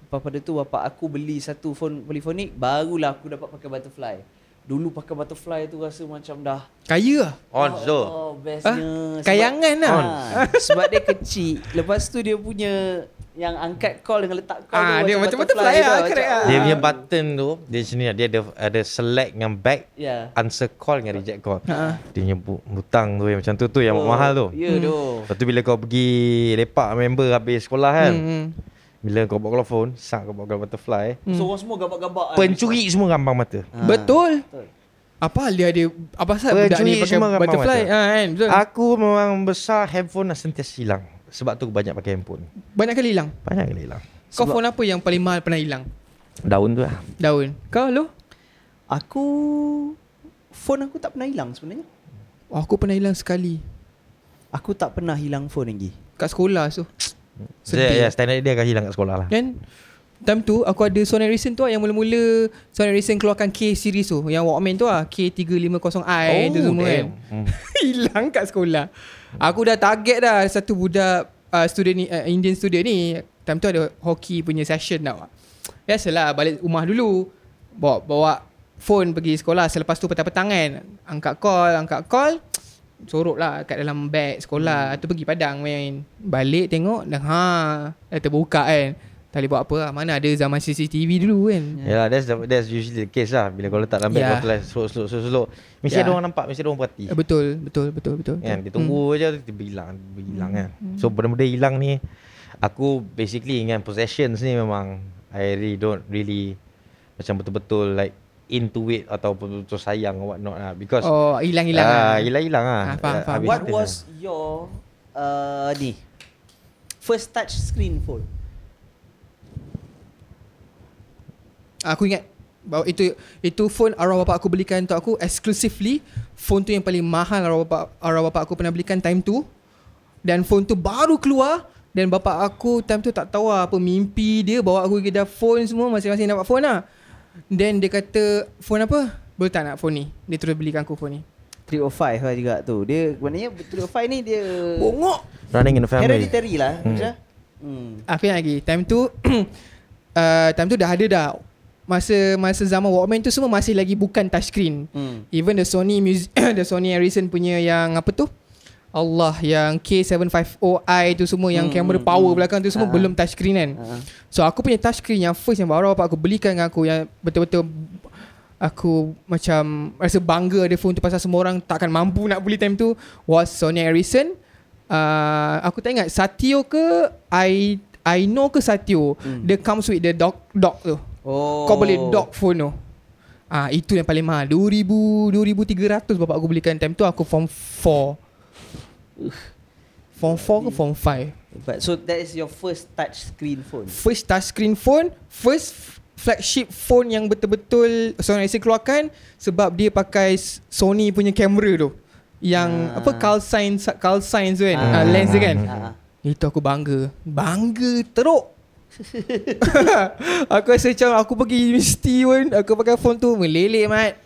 lepas pada tu bapak aku beli satu phone polyphonic barulah aku dapat pakai butterfly. Dulu pakai butterfly tu rasa macam dah
Kaya lah
On so.
oh, bestnya.
Ah,
Sebab-
kayangan lah.
Ah, sebab dia kecil. Lepas tu dia punya yang angkat call dengan letak call
Ah,
tu
dia
macam
macam butterfly
je
lah,
tau,
correct
macam-
lah.
Dia punya button tu dia sini lah, dia ada ada select dengan back
Ya.
answer call dengan reject call.
Ah.
Dia punya bu- butang tu yang macam tu tu yang
Oh,
mahal tu.
Ya tu.
Lepas tu bila kau pergi lepak member habis sekolah kan.
Hmm, hmm.
Bila kau bawa keluar phone, sang kau bawa keluar butterfly.
So orang semua gabak-gabak. kan.
Pencuri semua rambang mata.
Ah,
Betul
Betul.
Apa dia ada Apa pasal budak
Pencuri
ni pakai
semua ramai
butterfly
mata.
ah, kan? Betul
Aku memang besar handphone dah sentiasa hilang. Sebab tu aku banyak pakai handphone.
Banyak kali hilang
Banyak kali hilang.
Kau
Sebab-
phone apa yang paling mahal pernah hilang
Daun tu lah.
Daun Kau lo
Aku phone aku tak pernah hilang sebenarnya.
oh, Aku pernah hilang sekali
Aku tak pernah hilang phone lagi.
Kat sekolah tu
Sedih.
Sedih
Ya, standard dia akan hilang kat sekolah lah.
Then Time tu aku ada Sony Ericsson tu lah Yang mula-mula Sony Ericsson keluarkan K series tu Yang Walkman tu lah K350i tu semua kan
Hmm.
Hilang kat sekolah Aku dah target dah Satu budak uh, Student ni uh, Indian student ni Time tu ada Hockey punya session tau Biasalah Balik rumah dulu Bawa bawa Phone pergi sekolah Selepas tu petang-petang kan Angkat call Angkat call Sorok lah Kat dalam beg sekolah hmm. Tu pergi padang main Balik tengok Dah ha Dah terbuka kan Tak boleh buat apa lah Mana ada zaman CCTV dulu kan
Yeah, that's the, that's usually the case lah. Bila kau letak dalam beg,
Yeah.
kau telah selok-selok-selok. Mesti
Yeah.
ada orang nampak, mesti ada orang perhati.
yeah. Eh, Betul Betul Betul betul, betul.
Kan dia tunggu hmm. je tiba-tiba hilang, tiba-tiba hilang
Hmm.
kan. So benda-benda hilang ni aku basically dengan possessions ni memang I really don't really macam betul-betul like into it atau betul-betul sayang or what not lah because
Oh hilang-hilang
ah,
lah.
hilang-hilang ah.
Ah, faham,
Ah,
faham.
habis
What
cerita
was your uh, ni? First touch screen phone.
Aku ingat bahawa itu itu phone arwah bapak aku belikan untuk aku exclusively phone tu yang paling mahal arwah bapak arwah bapak aku pernah belikan time tu dan phone tu baru keluar dan bapak aku time tu tak tahu lah apa mimpi dia bawa aku pergi dah phone semua masing-masing dapat phone lah then dia kata phone apa boleh tak nak phone ni dia terus belikan aku phone ni
305 lah juga tu. Dia maknanya 305 ni dia
bongok
lah. running in the family.
hereditary lah. Hmm. hmm.
Aku ingat lagi Time tu uh, Time tu dah ada dah Masa masa zaman Walkman tu semua masih lagi bukan touchscreen
Hmm.
Even the Sony music, the Sony Ericsson punya yang apa tu? Allah yang K750i tu semua yang
Hmm,
kamera
hmm,
power
hmm.
belakang tu
Ah.
semua belum touchscreen kan.
Ah.
So aku punya touchscreen yang first yang baru bapak aku belikan dengan aku yang betul-betul aku macam rasa bangga ada phone tu pasal semua orang takkan mampu nak beli time tu was Sony Ericsson. Uh, aku tak ingat Satio ke I I know ke Satio.
Hmm.
Dia comes with the dock dock tu.
Oh.
Kau boleh dock phone tu Ah itu yang paling mahal 2000 2300 bapak aku belikan time tu aku form 4. Form 4 ke form 5?
But so that is your first touch screen phone.
First touchscreen phone, first f- flagship phone yang betul-betul Sony Ericsson keluarkan sebab dia pakai s- Sony punya kamera tu. Yang
Ah.
apa Carl Sainz Carl Sainz tu kan.
Ah.
Ah, lens dia kan.
Ah.
Itu aku bangga Bangga teruk Aku rasa macam Aku pergi universiti pun Aku pakai phone tu Meleleh mat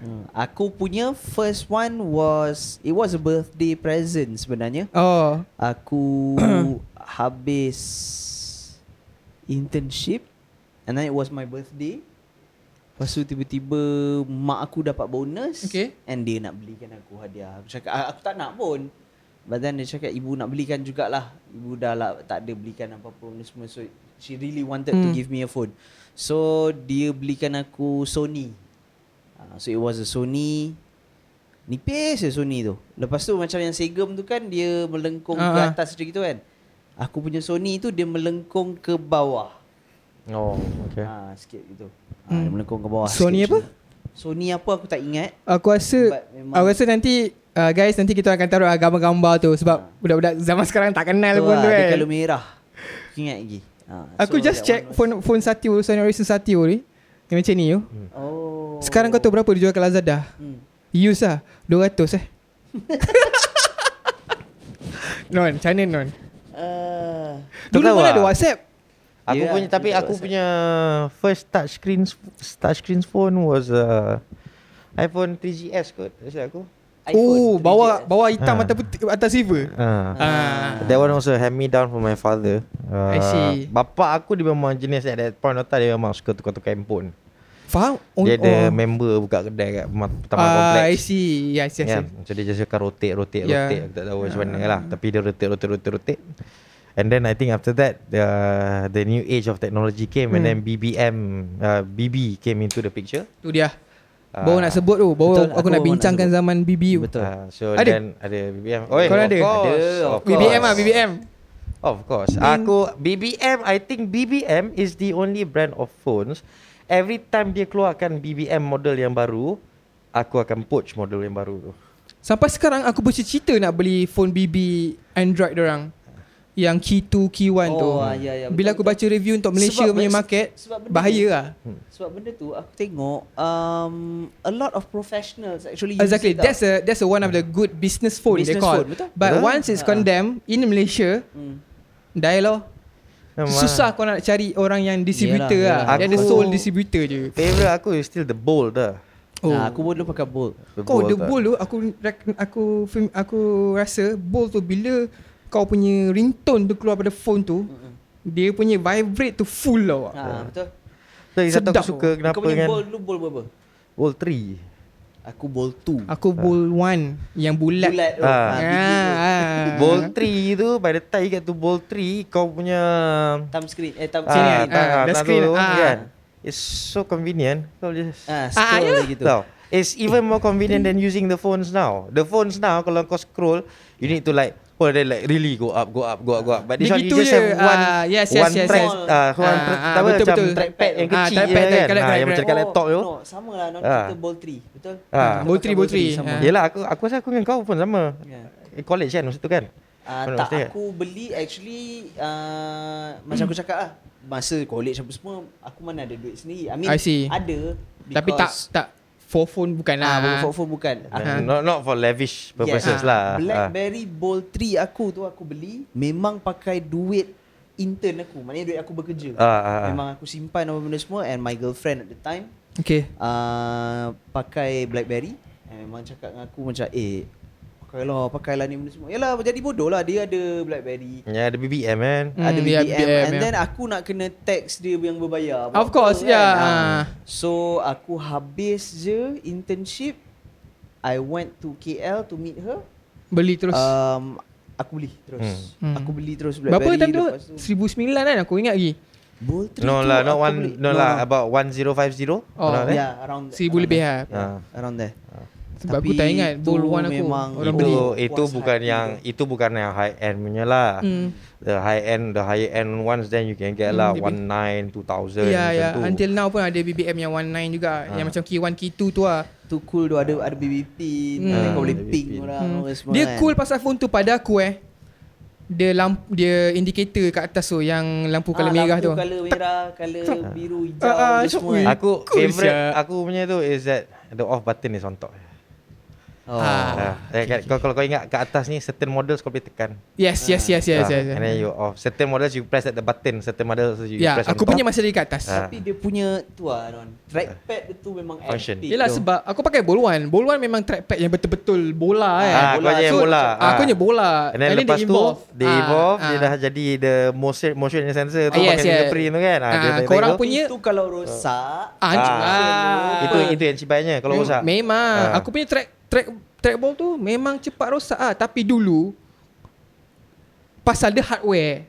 Hmm. Aku punya first one was it was a birthday present sebenarnya.
Oh
Aku habis internship and then it was my birthday. Lepas tu tiba-tiba mak aku dapat bonus
Okay.
and dia nak belikan aku hadiah. Aku cakap "Ah, aku tak nak pun. But then dia cakap ibu nak belikan jugalah. Ibu dah lah tak ada belikan apa-apa benda semua. So she really wanted hmm. to
Hmm.
give me a phone. So dia belikan aku Sony. Ah, so it was a Sony Nipis je Sony tu Lepas tu macam yang segem tu kan Dia melengkung uh-huh. ke
Ah, ah.
atas macam gitu kan Aku punya Sony tu Dia melengkung ke bawah
Oh,
okay.
okay.
ha, Sikit gitu ha, Dia
Hmm.
melengkung ke bawah
Sony
sikit
apa?
macam tu. Sony apa aku tak ingat
Aku rasa
But memang-
Aku rasa nanti uh, Guys nanti kita akan taruh ah, Gambar-gambar tu Sebab
Ah.
budak-budak zaman sekarang Tak kenal
Tu
pun
lah,
tu
Dia
kan
kalau merah Aku ingat lagi ha,
Aku
so
just
that
check
one was-
Phone phone Satio Sony Ericsson Satio ni Yang macam ni yo.
Oh
Sekarang kau tahu berapa Dijual kat Lazada
hmm.
Use lah 200 eh Non Macam mana non
uh,
Kau
Dulu
tahu
mana
ah?
ada WhatsApp
Aku
Yeah,
punya tapi
betul
aku
WhatsApp.
punya first touch screen touch screen phone was uh, iPhone 3GS kot, saya aku.
Oh,
iPhone
bawa
3GS.
bawa hitam
Ah.
atas putih, atas silver.
Ah.
Ah.
That one also hand me down from my father. Uh,
I see.
Bapa aku dia memang jenis at that point of time dia memang suka tukar-tukar handphone.
Faham?
Oh, dia ada
oh.
member buka kedai kat Pema- Taman uh,
Ah, I
Kompleks. Ya.
see. Ya. Yes, yes,
Yeah.
yes.
So dia just akan rotate, rotate,
Yeah.
yeah. rotate. Aku tak tahu macam mana lah. Tapi dia rotate, rotate, rotate, rotate. And then I think after that uh, the new age of technology came and
Hmm.
then BBM uh, BB came into the picture.
Tu dia.
Ah.
Baru nak sebut tu. Baru
Betul,
aku,
aku baru
nak
nak
bincangkan
sebut.
zaman BBU.
Betul.
Uh, so
Ada?
ada. then ada BBM. Oi,
Korang ada?
Of course.
Ada, of
Of course.
BBM ah, BBM.
Of course. Aku BBM I think BBM is the only brand of phones every time dia keluarkan BBM model yang baru, aku akan poach model yang baru tu.
Sampai sekarang aku bercita-cita nak beli phone BB Android orang. Yang Q2, Q1 tu.
Oh, ah, ya, ya,
Bila aku
betul,
baca review untuk Malaysia
Sebab- Hmm.
punya
se-
market,
sebab benda
bahaya
ni-
lah.
Sebab benda tu aku tengok um, a lot of professionals actually use
Exactly.
it tau.
That's a that's a one of the good business phone they
Business Ha,
call.
phone, betul.
But
Betul.
once it's
Ah.
condemned in Malaysia,
Hmm.
die loh. Susah kau nak cari orang yang distributor
Yelah,
lah. Dia ada
aku-
sole distributor je.
Favorite aku is still the bowl dah.
Oh. Nah, aku pun dulu pakai bolt.
The
Kau the
tak.
bowl tu aku rec- aku film- aku rasa bowl tu bila kau punya ringtone tu keluar pada phone tu dia punya vibrate tu full lah. Ha.
Ha, betul.
Tu lagi satu
sedap
aku suka
tu.
kenapa
Kau punya
kan
bolt dulu bolt berapa?
bowl 3.
Aku bolt 2.
Aku bowl one yang bulat.
Bulat tu.
Ah.
Ha,
Ah,
biji tu.
ah.
Bowl 3 tu by the time you get to bowl 3 kau punya
Thumb screen. Eh, thumb
ah,
screen.
kan?
tak-
Ah,
ah,
the
tak
screen,
tu,
ah.
kan. It's so convenient. Kau just
Ah,
Ah,
scroll
yelah.
lagi tu.
Tau. It's even more convenient than using the phones now. The phones now kalau kau scroll, you need to like Oh, they like really go up, go up, go up, go up. But this
Dia
one you
gitu je.
just have one,
Ah, yes, yes,
one
yes,
track,
yes.
ah, one
Ah,
track,
ah,
apa,
betul,
macam
betul.
trackpad yang
Ah,
kecil
trackpad,
je kan.
correct,
Ah, yang
correct,
macam dekat laptop tu.
Oh, No, sama lah. Non,
Ah.
kita bolt 3. Betul?
Ah.
Kita
Bolt
pakai
three, bolt three.
sama.
Ah.
Yelah, aku aku rasa aku dengan kau pun sama.
Ya.
Eh, College kan, masa tu kan.
Ah,
Kalau
tak
mesti kan?
aku beli actually uh, macam aku cakap lah masa college apa semua aku mana ada duit sendiri. I mean
I see.
ada
Tapi tak tak for phone bukan
ah
lah.
bukan phone bukan. Aku,
Uh, not, not for lavish purposes
Ah,
lah.
Blackberry Bold 3 aku tu aku beli memang pakai duit intern aku. Maknanya duit aku bekerja.
Ah, ah, ah.
Memang aku simpan apa benda semua and my girlfriend at the time
Okay.
uh, pakai Blackberry and memang cakap dengan aku macam eh pakailah pakailah ni benda semua. Yalah jadi bodoh lah dia ada Blackberry.
Ya, ada BBM kan.
Hmm,
ada BBM,
dia BBM,
and
ya.
then aku nak kena tax dia yang berbayar.
Of course, ya.
Apa-apa Ah.
yeah.
So aku habis je internship I went to KL to meet her.
Beli terus.
Um,
Uh,
aku beli terus.
Hmm.
Hmm. Aku beli terus
Berapa
Blackberry.
time tu?
lepas
1009 kan aku ingat lagi.
Bowl three
No
tu
lah, not
aku
one,
beli.
no lah, about 1050.
Oh,
Ya,
around there. Ah.
yeah, around that-
1000 lebih
around
lah.
there. Yeah, Around there.
Sebab aku
Tapi
tak ingat
itu
bowl one aku.
memang-
Orang
itu
beli.
itu
Puas
bukan
hati
yang itu bukan yang high end punya lah.
Hmm.
The high end the high end ones then you can
Hmm,
get lah
dia
19 2000
Ya
macam
ya
tu.
until now pun ada BBM yang 19 juga yang macam K1 K2 tu lah.
Tu cool tu ada ada BBP,
Hmm.
hmm. kau boleh
BBP.
ping orang
Hmm.
apa semua.
Dia
kan.
cool pasal phone tu pada aku eh. Dia lamp dia indikator kat atas tu yang lampu
Ah,
kalau merah
lampu
tu.
Color merah, color biru, hijau
Ah, ah,
uh,
macam
semua.
ui.
kan.
aku
Cool
favorite
sia.
aku punya tu is that the off button is on top.
Oh.
Ah.
Ah, eh, kan- kau kalau kau ingat kat atas ni certain models kau boleh tekan.
Yes yes yes yes
Ah,
yes.
And then
yes.
you off. Certain models you press at the button, certain models you
Ya
press on
aku
top.
punya masih ada kat atas.
Ah.
Tapi dia punya tu lah non. Trackpad dia tu memang
Function.
epic
Yelah
tu.
sebab aku pakai ball one. Ball one memang trackpad yang betul-betul bola eh.
Ah,
bola.
kau je yang
So,
bola.
ah, Aku
Ah.
punya bola.
And then lepas
dia
tu Dia
Ah,
evolve Dia
ah.
dah jadi The motion motion sensor
Ah,
tu
yes,
Pakai
yes.
fingerprint tu kan
Ah,
Ah, dia tak- tak
korang
ikut.
pun- punya-
Itu kalau rosak
Ah, ah,
Itu itu yang cibainya eh, Kalau
Mem-
rosak
Memang.
Ah.
Aku punya track track trackball tu memang cepat rosak ah. Tapi dulu pasal dia hardware.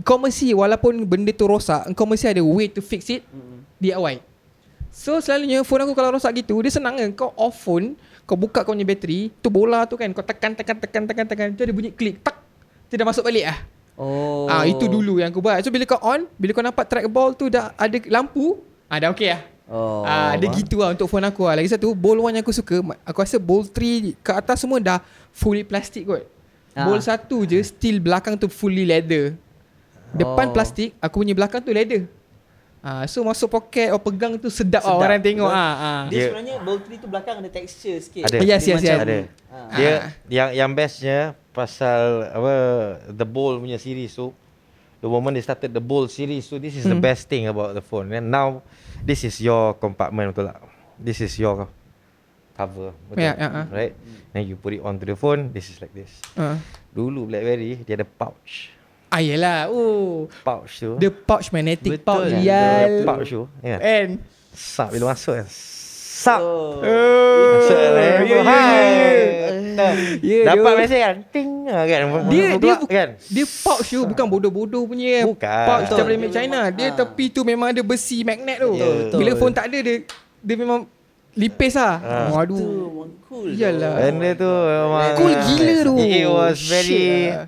Kau mesti walaupun benda tu rosak, kau mesti ada way to fix it DIY. So selalunya phone aku kalau rosak gitu, dia senang kan. Kau off phone, kau buka kau punya bateri, tu bola tu kan kau tekan tekan tekan tekan tekan, tu ada bunyi klik tak. Dia dah masuk balik ah.
Oh.
Ah itu dulu yang aku buat. So bila kau on, bila kau nampak trackball tu dah ada lampu, ah dah okey ah.
Oh.
Ah, dia gitu lah untuk phone aku lah. Lagi satu, bowl one yang aku suka, ma- aku rasa bowl 3 ke atas semua dah fully plastik kot.
Ah.
Bowl satu je, still belakang tu fully leather.
Oh.
Depan plastik, aku punya belakang tu leather. Ah, so masuk poket, oh pegang tu sedap, sedap.
Sedap,
orang tengok.
betul.
Ah, ah.
Dia
Dia-
sebenarnya Bowl 3 tu belakang ada texture sikit.
Ada.
Yes,
Dia
yes,
macam-
yes.
Ada
Ah.
Dia
Ah.
Yang yang bestnya Pasal Apa The Bowl punya series tu The moment they started The Bowl series tu This is
Hmm.
the best thing About the phone And now This is your compartment Betul tak This is your Cover Betul
Yeah, yeah, yeah.
Right Then you put it onto the phone This is like this
Ah.
Dulu Blackberry Dia ada pouch
ah, yelah. Oh,
pouch tu
the pouch magnetic
Betul.
pouch.
kan,
Betul.
Yal.
dia pouch tu kan
And
sap bila masuk kan sap
Oh.
masuk kan
ya,
eh.
ya, ya, ya.
Hai.
Ya,
dapat
dia-
mesej kan ting ah, kan
dia dia
Keluar,
bu- dia pouch tu bukan bodoh-bodoh punya
Bukan.
Betul.
pouch macam remeh
Dia
China
memang-
dia
ah.
tepi tu memang ada besi magnet tu
Betul, betul.
bila phone tak ada dia dia memang lipis lah
Ah.
oh,
Tu
aduh
memang cool. tu.
Yalah.
benda tu memang
Cool gila tu.
it was
Shit
very
lah.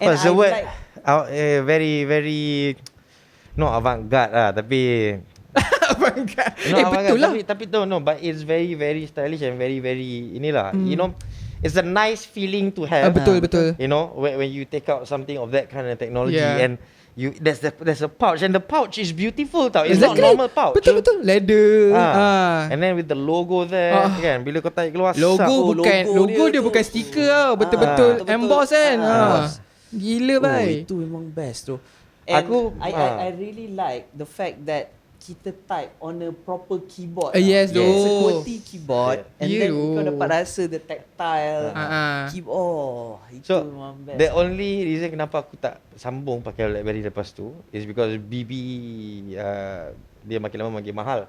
And
what's the
I
word
like-
Out- eh, very very not avant-garde lah tapi
bangga
No, kan,
eh betul lah
Tapi, tapi no, no, but it's very, very stylish and very, very inilah. You know, it's a nice feeling to have.
Hmm. Ah, betul,
Ah,
betul.
You know, when, when you take out something of that kind of technology
Yeah.
and you there's the, there's a pouch and the pouch is beautiful tau. It's
Exactly.
not normal pouch.
betul betul leather
Ah.
ah.
And then with the logo there
Ah.
kan, bila kau tarik keluar
logo
sap.
Oh,
bukan
logo
logo,
dia
dia,
tu.
bukan stiker tau betul-betul
Ah, betul-betul.
emboss kan
Ah.
ah.
Oh,
gila bhai
itu memang best tu. And
Aku-
I, I,
ah.
I really like the fact that kita type on a proper keyboard.
Eh, yes,
tau. It's a
doh.
QWERTY keyboard
Yeah.
and
Yeah,
then kau
doh.
dapat rasa the tactile
Ah, ah.
keyboard. Oh, itu
So
memang best.
the only reason kenapa aku tak sambung pakai BlackBerry lepas tu is because BB uh, dia makin lama makin mahal.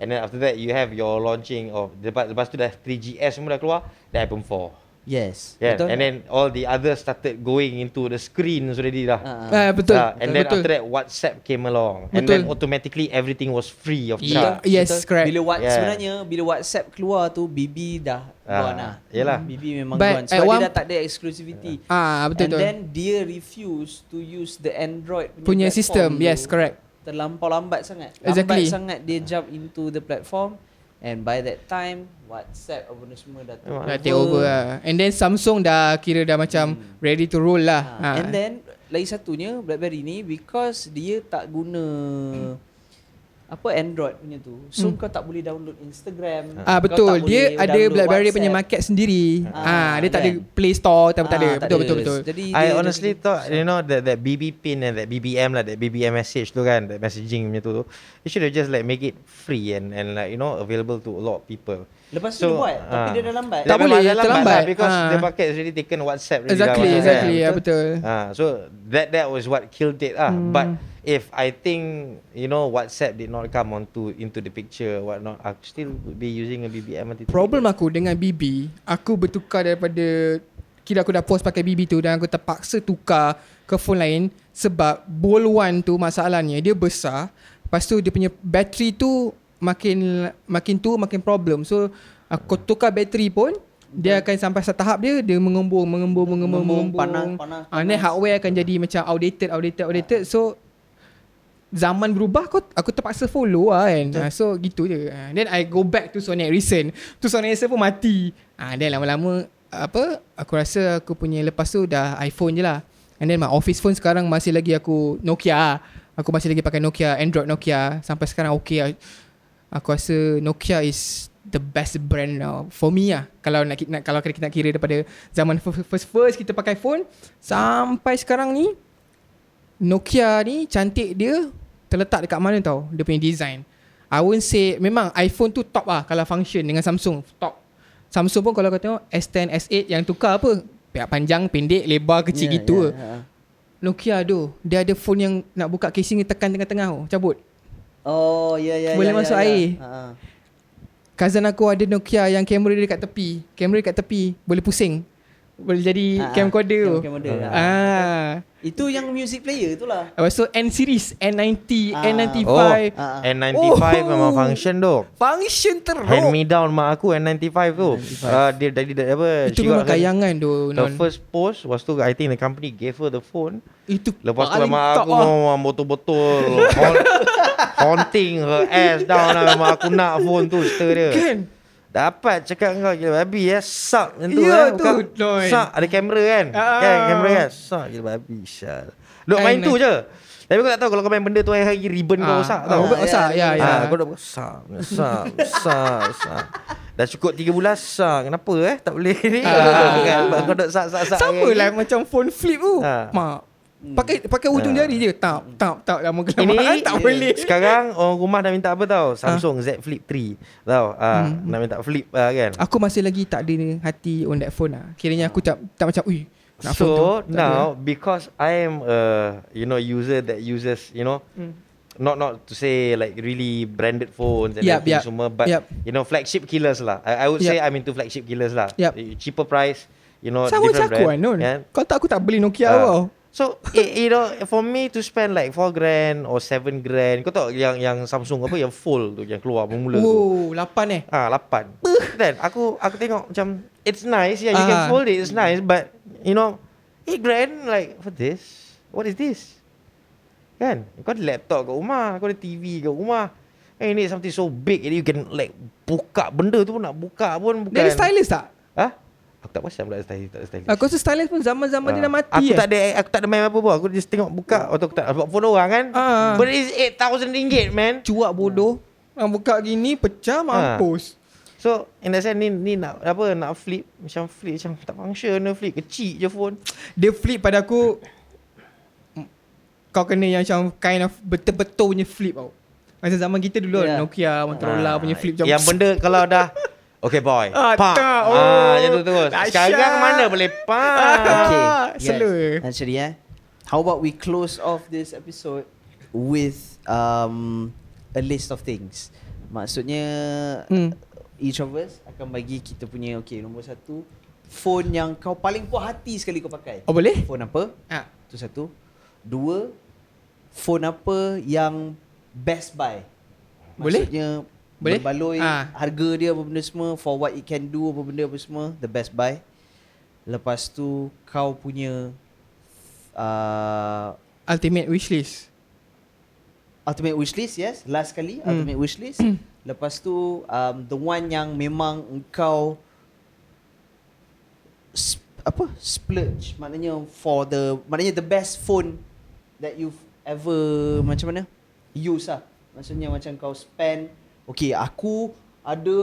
And then after that you have your launching of lepas, lepas tu dah 3GS semua dah keluar, dah iPhone 4.
yes.
Yeah.
Betul
And
tak?
then all the others started going into the screens already dah.
Ah,
Ah, betul.
Ah, and then
betul.
after that WhatsApp came along and
Betul.
then automatically everything was free of
Yeah.
charge.
Yes, correct.
Bila what, yeah.
Yeah.
sebenarnya bila WhatsApp keluar tu BB dah
Ah,
gone lah.
yelah.
BB memang
But
gone
at
sebab
one-
dia dah tak ada exclusivity.
Ah, betul
And
tu.
then dia refuse to use the Android punya,
Punya
platform
system,
tu.
yes, correct.
Terlampau lambat sangat. Lambat
Exactly.
sangat dia jump into the platform and by that time WhatsApp apa benda semua dah
Memang.
Dah take over lah. And then Samsung dah kira dah macam ready to roll lah.
Ha. Hmm. And then lagi satunya BlackBerry ni because dia tak guna apa Android punya tu. So
Hmm.
kau tak boleh download Instagram.
Ah
kau
betul.
tak
Dia
boleh
ada
download
BlackBerry
WhatsApp.
punya market sendiri. Ah,
Ah,
dia tak ada
kan?
Play Store tak, tak ada.
Ah,
Betul betul betul.
Jadi dia-
I
dia
honestly
jadi-
thought you know that that BB pin and that BBM lah that BBM message tu kan that messaging punya tu you should have just like make it free and and like you know available to a lot of people.
Lepas tu dia buat, tapi
ah.
dia dah lambat.
Tak
memang
boleh,
dah
terlambat.
lah, because
Ah.
the market has already taken WhatsApp already
Exactly
dah,
exactly.
WhatsApp
Ya
kan.
betul. Hmm.
Ah, so that that was what killed it ah. But if I think you know WhatsApp did not come onto into the picture, what not, I still would be using a BBM until today.
Problem aku dengan BB, aku bertukar daripada kira aku dah post pakai BB tu dan aku terpaksa tukar ke phone lain sebab ball one tu masalahnya dia besar. Lepas tu dia punya bateri tu makin makin tu makin problem. So aku tukar bateri pun dia akan sampai satu tahap dia dia mengembung mengembung mengembung
Mengembung,
mengembung
panas, panas,
Ah, ni
panas.
hardware akan jadi macam outdated outdated outdated so zaman berubah aku aku terpaksa follow lah kan. Uh, so gitu je. Uh, then I go back to Sonic Ericsson. Tu Sonic Ericsson pun mati. Ah uh, then lama-lama apa aku rasa aku punya lepas tu dah iPhone je lah. And then my office phone sekarang masih lagi aku Nokia. lah. Aku masih lagi pakai Nokia, Android Nokia sampai sekarang okay lah. Aku rasa Nokia is the best brand now for me lah. Kalau nak, nak kalau kita nak kira daripada zaman first, first first kita pakai phone sampai sekarang ni Nokia ni cantik dia terletak dekat mana tau dia punya design. I won't say memang iPhone tu top lah kalau function dengan Samsung top. Samsung pun kalau kau tengok S10, S8 yang tukar apa? Pihak panjang, pendek, lebar,
Ya,
kecil yeah, gitu.
ya,
Yeah.
ha.
Nokia tu, dia ada phone yang nak buka casing dia tekan tengah-tengah tu, cabut.
Oh, ya ya.
Boleh
ya,
masuk
ya, Ya.
air.
Ha, ha.
Cousin aku ada Nokia yang kamera dia dekat tepi. Kamera dekat tepi, boleh pusing. Boleh jadi
Ah, ah.
camcorder tu.
Camcorder, ah.
Ah.
Itu yang music player tu lah.
Lepas tu N series, N90,
Ah.
N95.
Oh,
Ah, ah.
N95
Oh.
memang function tu.
Function teruk.
Hand me down mak aku N95 tu.
95.
Ah dia dari dari apa?
Itu
she
memang
got her-
kayangan tu
The
non.
first post was tu I think the company gave her the phone.
Itu
Lepas tu
paling
memang
top
aku
lah.
memang betul-betul haunt, haunting her ass down lah memang aku nak phone tu cerita dia.
Kan?
Dapat cakap kau gila babi ya Sak macam tu
Ya,
eh.
tu,
Bukan,
Loin.
Sak ada kamera kan
Ah.
Kan kamera kan Sak gila babi Syal Duk main
And-
tu je Tapi kau tak tahu Kalau kau main benda tu Hari-hari ribbon
Ah,
kau rosak tau
oh,
ya,
Rosak ya
ya,
ya.
Ah, Kau dah Sak Sak Sak Sak Dah cukup 3 bulan Sak Kenapa eh Tak boleh ni Kan, sebab Kau duk sak sak sak
Sama
hari-hari.
Ah. lah macam phone flip tu.
Ah.
Mak. Pakai pakai ujung jari je. Tak tak tak lama kelamaan
Ini eh,
tak boleh. Ah.
Sekarang orang rumah dah minta apa tau Samsung Z Flip 3 Tau ah,
Hmm.
Nak minta flip ah, kan
Aku masih lagi tak ada hati on that phone lah. Kiranya aku tak tak macam ui. Nak phone tu.
So
Tak eh?
now Because I am a You know user that uses You know
Hmm.
Not not to say like really branded phones and
Yup,
everything
yup,
semua, but
yup.
you know flagship killers lah. I, I would say
Yup.
I'm into flagship killers lah.
Yup.
Cheaper price, you know.
sama macam
different
aku kan
brand,
non.
kan?
Kau tak aku tak beli Nokia
Ah.
tau.
So it, you know For me to spend like 4 grand Or 7 grand Kau tahu yang yang Samsung apa Yang full tu Yang keluar bermula tu
Oh, lapan eh.
Ah, lapan. Then aku aku tengok macam it's nice, yeah, you
Ah.
can fold it, it's nice, but you know, eight grand like for this, what is this? Kan? Kau ada laptop kat rumah, kau ada TV kat rumah. Eh, ni something so big that you can like buka benda tu pun nak buka pun bukan.
Dia ada stylus tak?
Ha? Aku tak perasan pula ada stylus, tak ada stylus.
Aku rasa stylus pun zaman-zaman dia
Ah.
dah mati
Aku
eh.
tak ada aku tak ada main apa pun. Aku just tengok buka atau aku tak sebab phone orang kan.
Ah.
But it's 8000 ringgit, man.
cuak bodoh.
Hmm.
Ha. Buka gini pecah
Ah.
mampus.
So in that sense ni, ni nak apa nak flip macam flip macam tak function ni flip kecil je phone.
Dia flip pada aku kau kena yang macam kind of betul-betul punya flip tau. Macam zaman kita dulu
Yeah.
yeah. Nokia, Motorola
Ah,
ah, punya flip macam
Yang benda kalau dah Okay boy
Ah,
Pak
tak.
Ah,
Oh,
Macam tu terus
dahsyat.
Sekarang mana boleh pak
Okay guys,
Selur.
Actually eh How about we close off this episode With um, A list of things Maksudnya
Hmm.
Each of us Akan bagi kita punya Okay nombor satu Phone yang kau paling puas hati sekali kau pakai
Oh boleh?
Phone apa
Ah.
Itu satu Dua Phone apa yang Best buy
Boleh?
Maksudnya
Boleh?
Berbaloi
Ah.
Harga dia apa benda semua For what it can do Apa benda apa semua The best buy Lepas tu Kau punya uh,
Ultimate wishlist.
Ultimate wishlist yes Last kali
Hmm.
Ultimate wishlist Lepas tu um, The one yang memang Engkau sp- Apa Splurge Maknanya For the Maknanya the best phone That you've ever Macam mana Use lah Maksudnya macam kau spend Okay aku Ada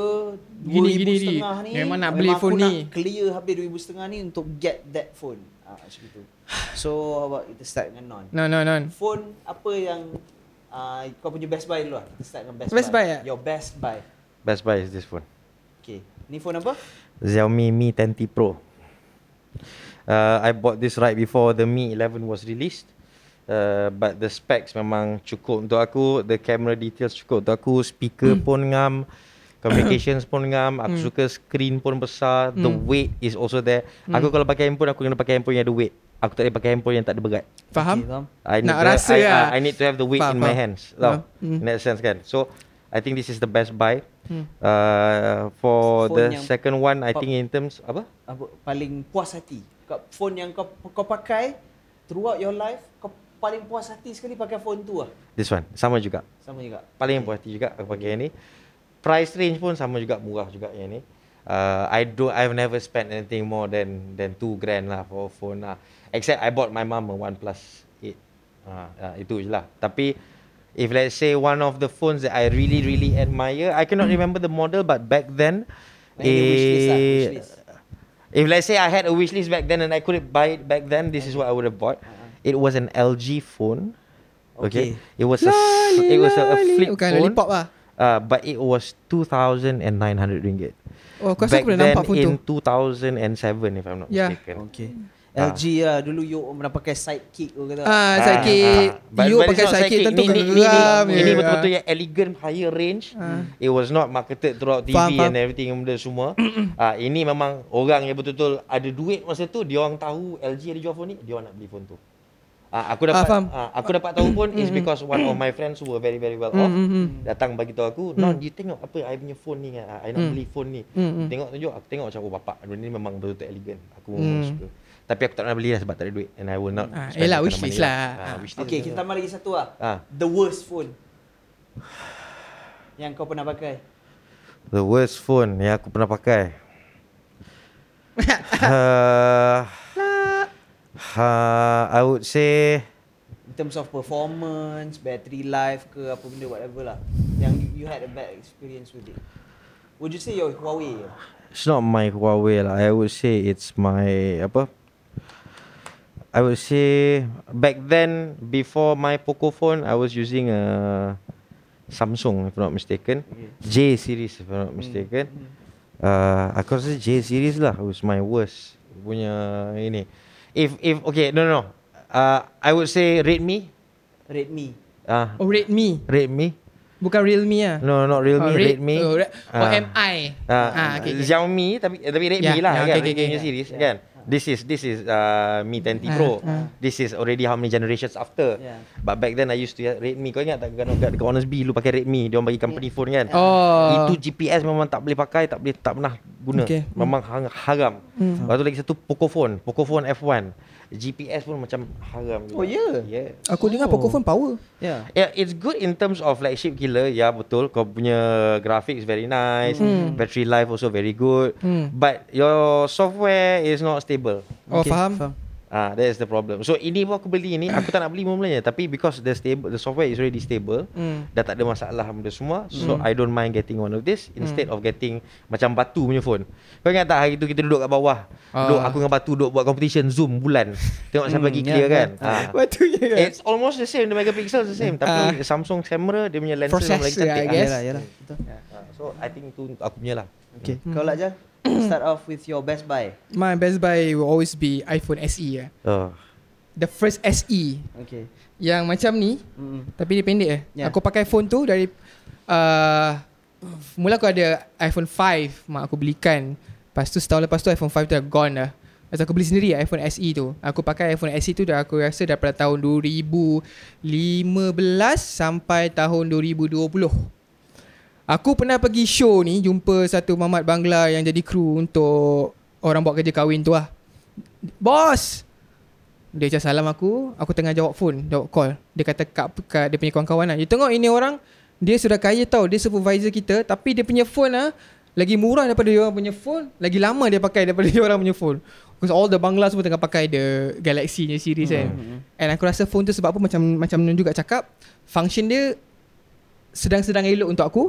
Gini, gini,
2,500
gini.
ni
Memang nak beli
aku
phone
nak
ni.
clear habis 2,500 ni Untuk get that phone ah, Macam tu So how about Kita start dengan Non
No, no, no.
phone apa yang uh, kau punya best buy dulu lah. Kita start dengan best,
Best buy, eh?
Your best buy.
Best buy is this phone
Okay. Ni phone apa?
Xiaomi Mi 10T Pro. Uh, I bought this right before the Mi 11 was released. Uh, but the specs memang cukup untuk aku. The camera details cukup untuk aku. Speaker pun ngam. Communications pun ngam. Aku suka screen pun besar. The weight is also there. Aku kalau pakai handphone, aku kena pakai handphone yang ada weight. Aku tak boleh pakai handphone yang tak ada berat.
Faham?
Okay, faham.
I need
Nak
to have-
rasa
I,
lah.
I, I need to have the weight
Faham,
in my
faham. Ah.
hands. Tau.
Faham.
In that sense kan. So I think this is the best buy.
Hmm.
Uh, for
Phone
the
yang
second one, I
pop-
think in terms apa?
Apa, paling puas hati. Kau, phone yang kau kau pakai throughout your life, kau paling puas hati sekali pakai phone tu lah.
This one Sama juga
Sama juga.
Paling puas hati juga Aku pakai yang ni Price range pun sama juga Murah juga yang ni uh, I do I've never spent anything more than Than 2 grand lah For a phone lah Except I bought my mum A OnePlus 8 uh, uh, Itu je lah Tapi If let's say One of the phones That I really really admire I cannot remember the model But back then
Any wishlist lah,
eh,
wishlist.
If let's say I had a wish list back then and I couldn't buy it back then, this is what I would have bought. It was an LG phone. Okay.
Uh-huh. Okay.
It was a s-
Lali,
it was a, a
lali.
flip
Bukan,
phone.
lollipop lah.
Uh, but it was 2,900 ringgit.
Oh, aku rasa aku dah nampak Ya. pun tu.
in 2007 if I'm not
Yeah.
mistaken.
Okay.
Ah.
LG lah dulu you pernah pakai sidekick kau kata.
Ah, sakit.
But-
You
but it's
pakai
not
sakit tentu
Ni- ni- ni-
geram.
Ini,
je.
ini betul-betul yang elegant higher range. It was not marketed throughout TV
Faham, faham.
and everything benda semua. Ah, ini memang orang yang betul-betul ada duit masa tu, dia orang tahu LG ada jual phone ni, dia orang nak beli phone tu. Ah, aku dapat
Ah, faham. Mm-hmm.
ah, aku dapat tahu pun is because one of my friends who were very very well off datang bagi tahu aku, "Non,
Mm.
you tengok apa I punya phone ni, ah, I nak beli phone ni."
Mm-hmm.
Tengok tunjuk, aku tengok macam oh bapak, benda ni memang betul-betul elegant. Aku
Mm.
memang suka. Tapi aku tak nak beli lah sebab tak ada duit and I will not.
Ah,
spend
yelah,
that kind of
wish list
money
lah.
Ah, wish list
Okay,
lah.
kita tambah lagi satu lah.
Ah.
The worst phone. Yang kau pernah pakai.
The worst phone yang aku pernah pakai. uh, uh, I would say
In terms of performance, battery life ke apa benda whatever lah. Yang you, you had a bad experience with it. Would you say your Huawei?
it's not my Huawei lah. I would say it's my apa? I would say back then before my Poco phone, I was using a Samsung if I'm not mistaken. J series if
Mm-hmm.
I'm not mistaken. Uh, aku rasa J series lah was my worst punya ini. If if okay no no. no. Uh, I would say Redmi.
Redmi.
Ah,
Oh, Redmi.
Redmi.
Bukan Realme ah.
No, not Realme,
Oh,
oh,
Red-
Redmi.
Oh, Red- oh,
Ah.
MI.
Ah,
Ah, okay, okay.
Xiaomi tapi eh, tapi Redmi
Yeah,
lah
yeah, Ah,
kan.
okay, okay,
Redmi
okay.
punya series kan. This is this is uh, Mi 10T Pro. This is already how many generations after.
Yeah.
But back then I used to have Redmi. Kau ingat tak kat kat dekat Honest B lu pakai Redmi, dia orang bagi company phone kan.
Ah.
Oh.
Itu GPS memang tak boleh pakai, tak boleh tak pernah guna.
Okay. Hmm.
Memang hang- haram. Lepas tu lagi satu Pocophone, Pocophone F1. GPS pun macam haram. juga.
Oh, yeah?
Yeah.
Aku
Oh.
dengar Pocophone power.
Yeah.
Yeah, Ya, it's good in terms of flagship killer. Ya, yeah, betul. Kau punya graphics very nice.
Hmm.
Battery life also very good.
Mm.
But your software is not stable.
Oh, faham.
faham.
Ah, that is the problem. So ini pun aku beli ni, aku tak nak beli mula-mulanya tapi because the stable the software is already stable,
Hmm.
dah tak ada masalah benda semua. So I don't mind getting one of this instead
Hmm.
of getting macam batu punya phone. Kau ingat tak hari tu kita duduk kat bawah.
Ah. Hmm, ya,
Duduk aku dengan batu duduk buat competition Zoom bulan. Tengok siapa lagi clear kan. Ah.
Batu je kan?
It's almost the same The megapixel is the same Tapi Samsung camera Dia punya lenses
Uh,
memang lagi
Processor,
cantik
I guess.
Yalah, yalah. lah, Betul.
Ah, So I think tu aku punya lah
Okay, hmm. kau lah je. Start off with your best buy.
My best buy will always be iPhone SE eh.
oh.
The first SE
Okay.
yang macam ni
Mm-mm.
tapi dia pendek eh.
Ya.
Yeah. Aku pakai phone tu dari uh, mula aku ada iPhone 5 mak aku belikan. Lepas tu setahun lepas tu iPhone 5 tu dah gone dah. Lepas tu aku beli sendiri lah iPhone SE tu. Aku pakai iPhone SE tu dah aku rasa daripada tahun 2015 sampai tahun 2020. Aku pernah pergi show ni jumpa satu mamat Bangla yang jadi kru untuk orang buat kerja kahwin tu lah. Bos! Dia macam salam aku, aku tengah jawab phone, jawab call. Dia kata kat, kat dia punya kawan-kawan lah, you tengok ini orang, dia sudah kaya tau, dia supervisor kita tapi dia punya phone lah, lagi murah daripada dia orang punya phone, lagi lama dia pakai daripada dia orang punya phone. Because all the Bangla semua tengah pakai the Galaxy ni series kan.
Hmm.
And aku rasa phone tu sebab apa macam macam Nun juga cakap, function dia sedang-sedang elok untuk aku.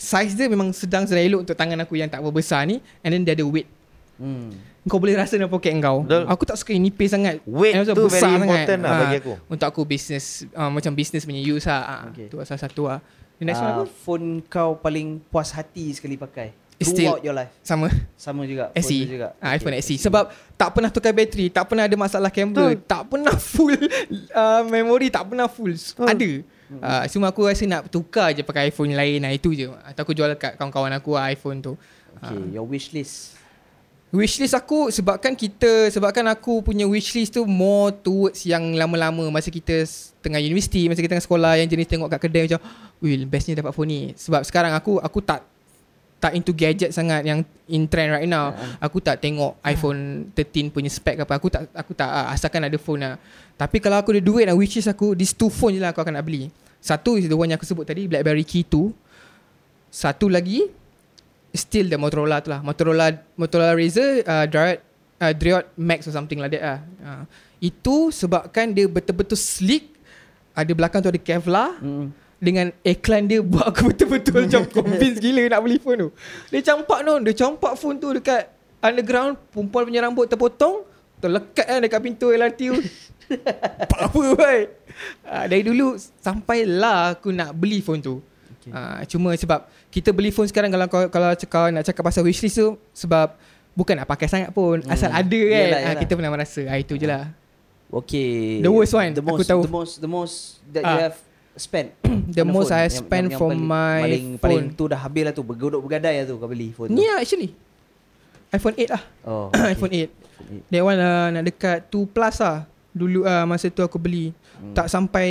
Size dia memang sedang-sedang elok untuk tangan aku yang tak berbesar ni and then dia ada weight.
Hmm.
Kau boleh rasa dalam poket kau.
Betul.
Aku tak suka yang nipis sangat.
Weight
And also
tu
besar
very important lah
Ah,
bagi aku.
Untuk aku business uh, macam business punya use lah. Uh,
Okay.
okay. Tu salah satu lah. The next uh, one
Uh,
Ah.
aku
phone kau paling puas hati sekali pakai.
It's
Throughout your life.
sama
Sama juga. phone
SE.
tu juga.
Ah, iPhone SE. Sebab tak pernah tukar bateri, tak pernah ada masalah kamera, tak pernah full uh, memory, tak pernah full. Ada. Uh, cuma aku rasa nak tukar je pakai iPhone lain lah itu je. Atau aku jual kat kawan-kawan aku lah, iPhone tu.
Okay,
Ah.
your wish list.
Wishlist aku sebabkan kita sebabkan aku punya wishlist tu more towards yang lama-lama masa kita s- tengah universiti, masa kita tengah sekolah yang jenis tengok kat kedai macam, "Will, bestnya dapat phone ni." Sebab sekarang aku aku tak tak into gadget sangat yang in trend right now. Aku tak tengok iPhone 13 punya spec apa. Aku tak aku tak ah, asalkan ada phone lah. Tapi kalau aku ada duit lah which is aku these two phone je lah aku akan nak beli. Satu is the one yang aku sebut tadi BlackBerry Key 2. Satu lagi still the Motorola tu lah. Motorola Motorola Razr uh, Dryad uh, Dryad Max or something like that lah. Uh, itu sebabkan dia betul-betul sleek. Ada belakang tu ada Kevlar.
Mm.
Dengan iklan dia buat aku betul-betul macam convince gila nak beli phone tu. Dia campak tu, dia campak phone tu dekat underground, perempuan punya rambut terpotong, terlekat kan dekat pintu LRT tu. Power boy. Uh, dari dulu sampai lah aku nak beli phone tu. Okay. Uh, cuma sebab kita beli phone sekarang kalau kau, kalau kau nak cakap pasal wishlist tu sebab bukan nak pakai sangat pun asal ada kan
Yalah,
yalah,
yalah.
kita pernah merasa ah, itu je lah
Okay.
The worst one,
The
aku
most,
tahu.
the most, the most that
Ah.
you have spent.
The
on
most
phone.
I have spent for
paling,
my
paling,
phone.
Paling tu dah habis lah tu. Bergodok bergadai lah tu kau beli phone
ni
tu.
lah actually iPhone 8 lah
Oh,
okay. iPhone 8
8.
That one lah nak dekat 2 plus lah. Dulu ah masa tu aku beli.
Mm.
Hmm. Tak sampai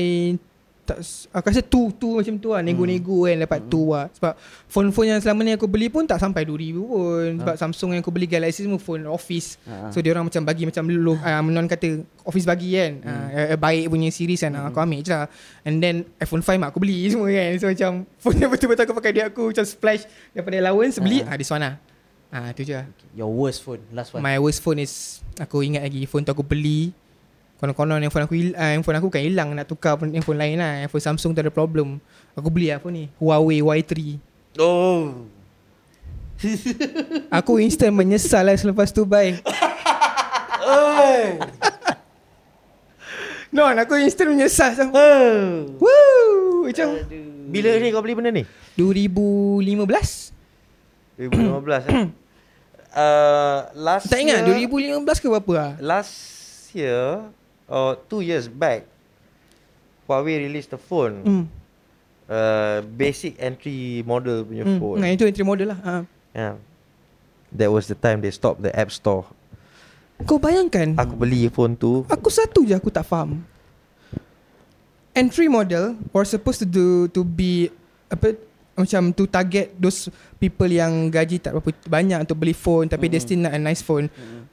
tak s- aku rasa 2 2 macam tu lah nego-nego kan dapat 2 lah. Sebab phone-phone yang selama ni aku beli pun tak sampai 2000 pun. Sebab Samsung yang aku beli Galaxy semua phone office.
Ha.
So dia orang macam bagi macam lo, uh, non kata office bagi kan. Hmm. Uh, baik punya series kan. Hmm. Aku ambil je lah. And then iPhone 5 mak aku beli semua kan. So macam phone yang betul-betul aku pakai dia aku macam splash daripada allowance beli. Ah ha. this one lah. Ah tu je lah.
Your worst phone. Last one.
My worst phone is Aku ingat lagi Phone tu aku beli Konon-konon yang phone aku hil- uh, Yang phone aku kan hilang Nak tukar pun- yang phone lain lah Yang phone Samsung tu ada problem Aku beli lah phone ni Huawei Y3
Oh
Aku instant menyesal lah Selepas tu bye Non aku instant menyesal macam, Woo Macam
Oh. Bila ni kau beli benda ni?
2015
2015 eh? uh, Last
Tak ingat
year,
2015 ke berapa lah
Last year Or two years back Huawei released the phone
Hmm.
uh, Basic entry model punya
Hmm.
Ya phone
Nah itu entry model lah ha.
yeah. That was the time they stopped the app store
Kau bayangkan
Aku beli phone tu
Aku satu je aku tak faham. Entry model were supposed to do to be apa macam to target those people yang gaji tak berapa banyak untuk beli phone tapi
Hmm.
mm. they still nak a nice phone. Mm.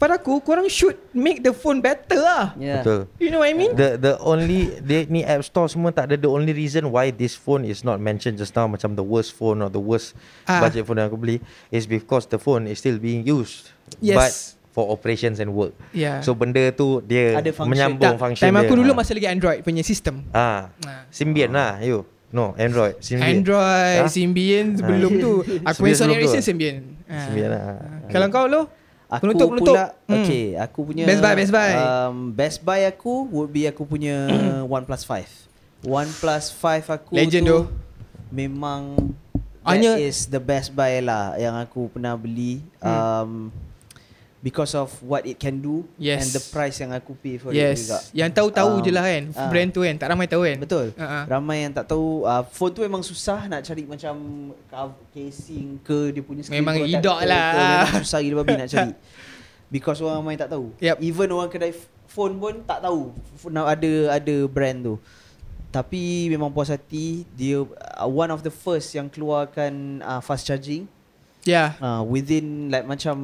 Pada aku korang should make the phone better lah.
Yeah.
Betul
You know what I mean?
The the only dia ni app store semua tak ada the only reason why this phone is not mentioned just now macam the worst phone or the worst
Ah.
budget phone yang aku beli is because the phone is still being used.
Yes.
But for operations and work.
Yeah.
So benda tu dia
Ada function.
Tak,
menyambung function
time
dia.
aku dulu
Ha.
masih lagi Android punya sistem.
Ah.
Ah.
Symbian lah you. No, Android. Symbian.
Android,
Ah.
Symbian sebelum tu. Aku punya Sony
Symbian sebelum tu.
Ericsson Symbian. Ha.
Symbian lah.
Ha. Kalau kau lo?
Aku
penutup, penutup.
pula
Hmm.
Okay Aku punya
Best buy, best buy.
um, Best buy aku Would be aku punya OnePlus 5 OnePlus 5 aku
Legend
tu
tu.
Memang That
Hanya- Hmm.
is the best buy lah Yang aku pernah beli um, Because of what it can do
Yes.
And the price yang aku pay for it juga
Yes. Yang tahu-tahu
Um,
je lah kan.
ah.
Brand tu kan. Tak ramai tahu kan.
Betul.
Ha.
Uh-huh. Ramai yang tak tahu uh, phone tu memang susah nak cari macam cover- casing ke dia punya
Memang
tu tak
idak
betul
lah.
ke, Memang susah gila babi nak cari. Because orang ramai tak tahu.
Yup.
Even orang kedai f- phone pun tak tahu f- nak ada ada brand tu. Tapi memang puas hati dia uh, one of the first yang keluarkan uh, fast charging.
Yeah.
Uh, within like macam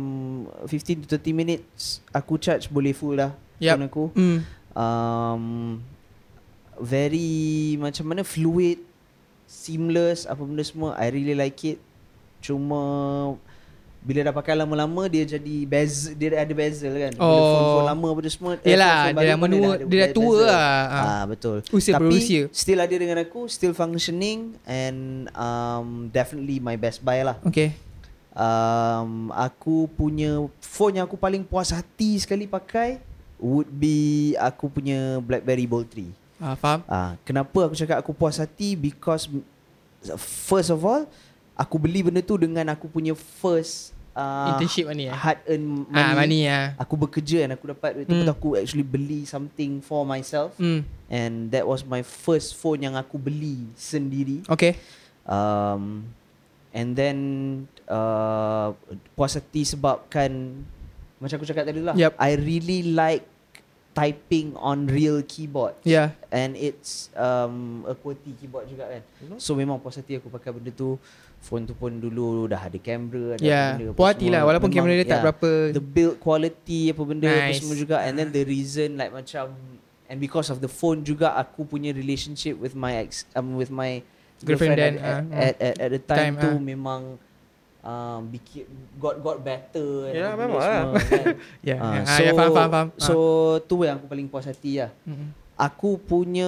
15 to 30 minutes aku charge boleh full dah
Yup.
phone aku
Hmm.
um, very macam mana fluid seamless apa benda semua I really like it cuma bila dah pakai lama-lama dia jadi bezel dia ada bezel kan bila
Oh.
phone-phone lama apa dia semua eh,
Yelah,
phone-phone
dia
baru
dah
pun
menua-
ada
dia dah tua
bezel.
lah. Ah.
ah betul
Usia
tapi
berusia.
still ada dengan aku still functioning and um, definitely my best buy lah
Okay.
um, aku punya phone yang aku paling puas hati sekali pakai would be aku punya BlackBerry Bold 3.
Ah, faham?
Ah, kenapa aku cakap aku puas hati because first of all aku beli benda tu dengan aku punya first uh,
Internship money, eh?
hard earn money.
Ah, money ah.
Aku bekerja dan aku dapat duit tu
Hmm.
betul aku actually beli something for myself
Hmm.
and that was my first phone yang aku beli sendiri.
Okay.
Um, and then uh, puas hati sebabkan macam aku cakap tadi lah.
Yup.
I really like typing on real keyboard.
Yeah.
And it's um, a QWERTY keyboard juga kan.
Mm-hmm.
So memang puas hati aku pakai benda tu. Phone tu pun dulu dah ada kamera. Ada
Yeah.
benda apa
Ya, Puas hati
semua. Ya.
lah, walaupun kamera dia tak berapa-
The build quality apa benda nice. apa
Nice.
semua juga. And then the reason like macam and because of the phone juga aku punya relationship with my ex um, with my
Girlfriend
girlfriend,
then,
at,
ah,
at, at, at the time,
Time,
tu
ah.
memang um, bikin, got got better and apa
Yeah,
benda
memang lah.
semua, kan.
Yeah.
Ah,
Ah, ya, faham, faham, faham.
So tu yang aku paling puas hati lah.
Mm-mm.
Aku punya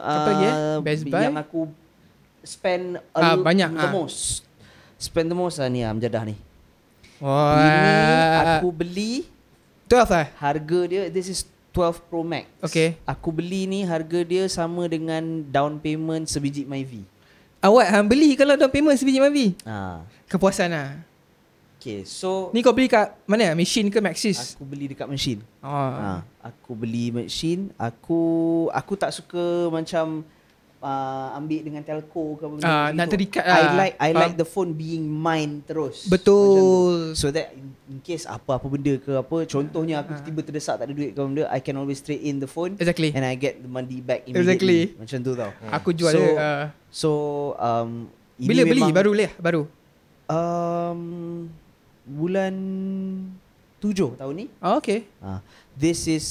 um,
Apa lagi, eh? Best Buy?
yang aku spend a
Ah,
l-
banyak,
the
ah.
most. Spend the most lah ni ah Amjadah ni.
Wah.
Ini aku beli
12 lah.
harga dia this is 12 Pro Max.
Okay.
Aku beli ni harga dia sama dengan down payment sebiji MyV.
Awak hang beli
lah
kalau down payment sebiji mavi.
Ah.
Kepuasan lah.
Okay, so
Ni kau beli kat mana? Machine ke Maxis?
aku beli dekat mesin.
Oh.
Ha, aku beli mesin, aku aku tak suka macam uh, ambil dengan telco ke apa benda
Ah,
macam
nak
tu.
terikat
I
lah.
like I
Faham.
like the phone being mine terus. Macam tu.
Betul.
So that in, in case apa-apa benda ke apa, contohnya
Ah.
aku tiba terdesak tak ada duit ke apa benda, I can always trade in the phone
Exactly.
and I get the money back
Exactly. Hmm.
immediately. Macam tu tau.
Aku jual
so,
dia, ah.
So um ini
Bila beli
memang-
baru boleh lah, baru.
um bulan tujuh tahun ni.
Oh, okay.
Ah, this is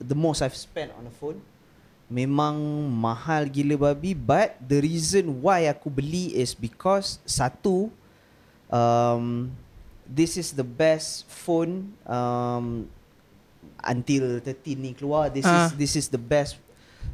the most I've spent on a phone. Memang mahal gila babi but the reason why aku beli is because satu um this is the best phone um until 13 ni keluar this
Ah.
is this is the best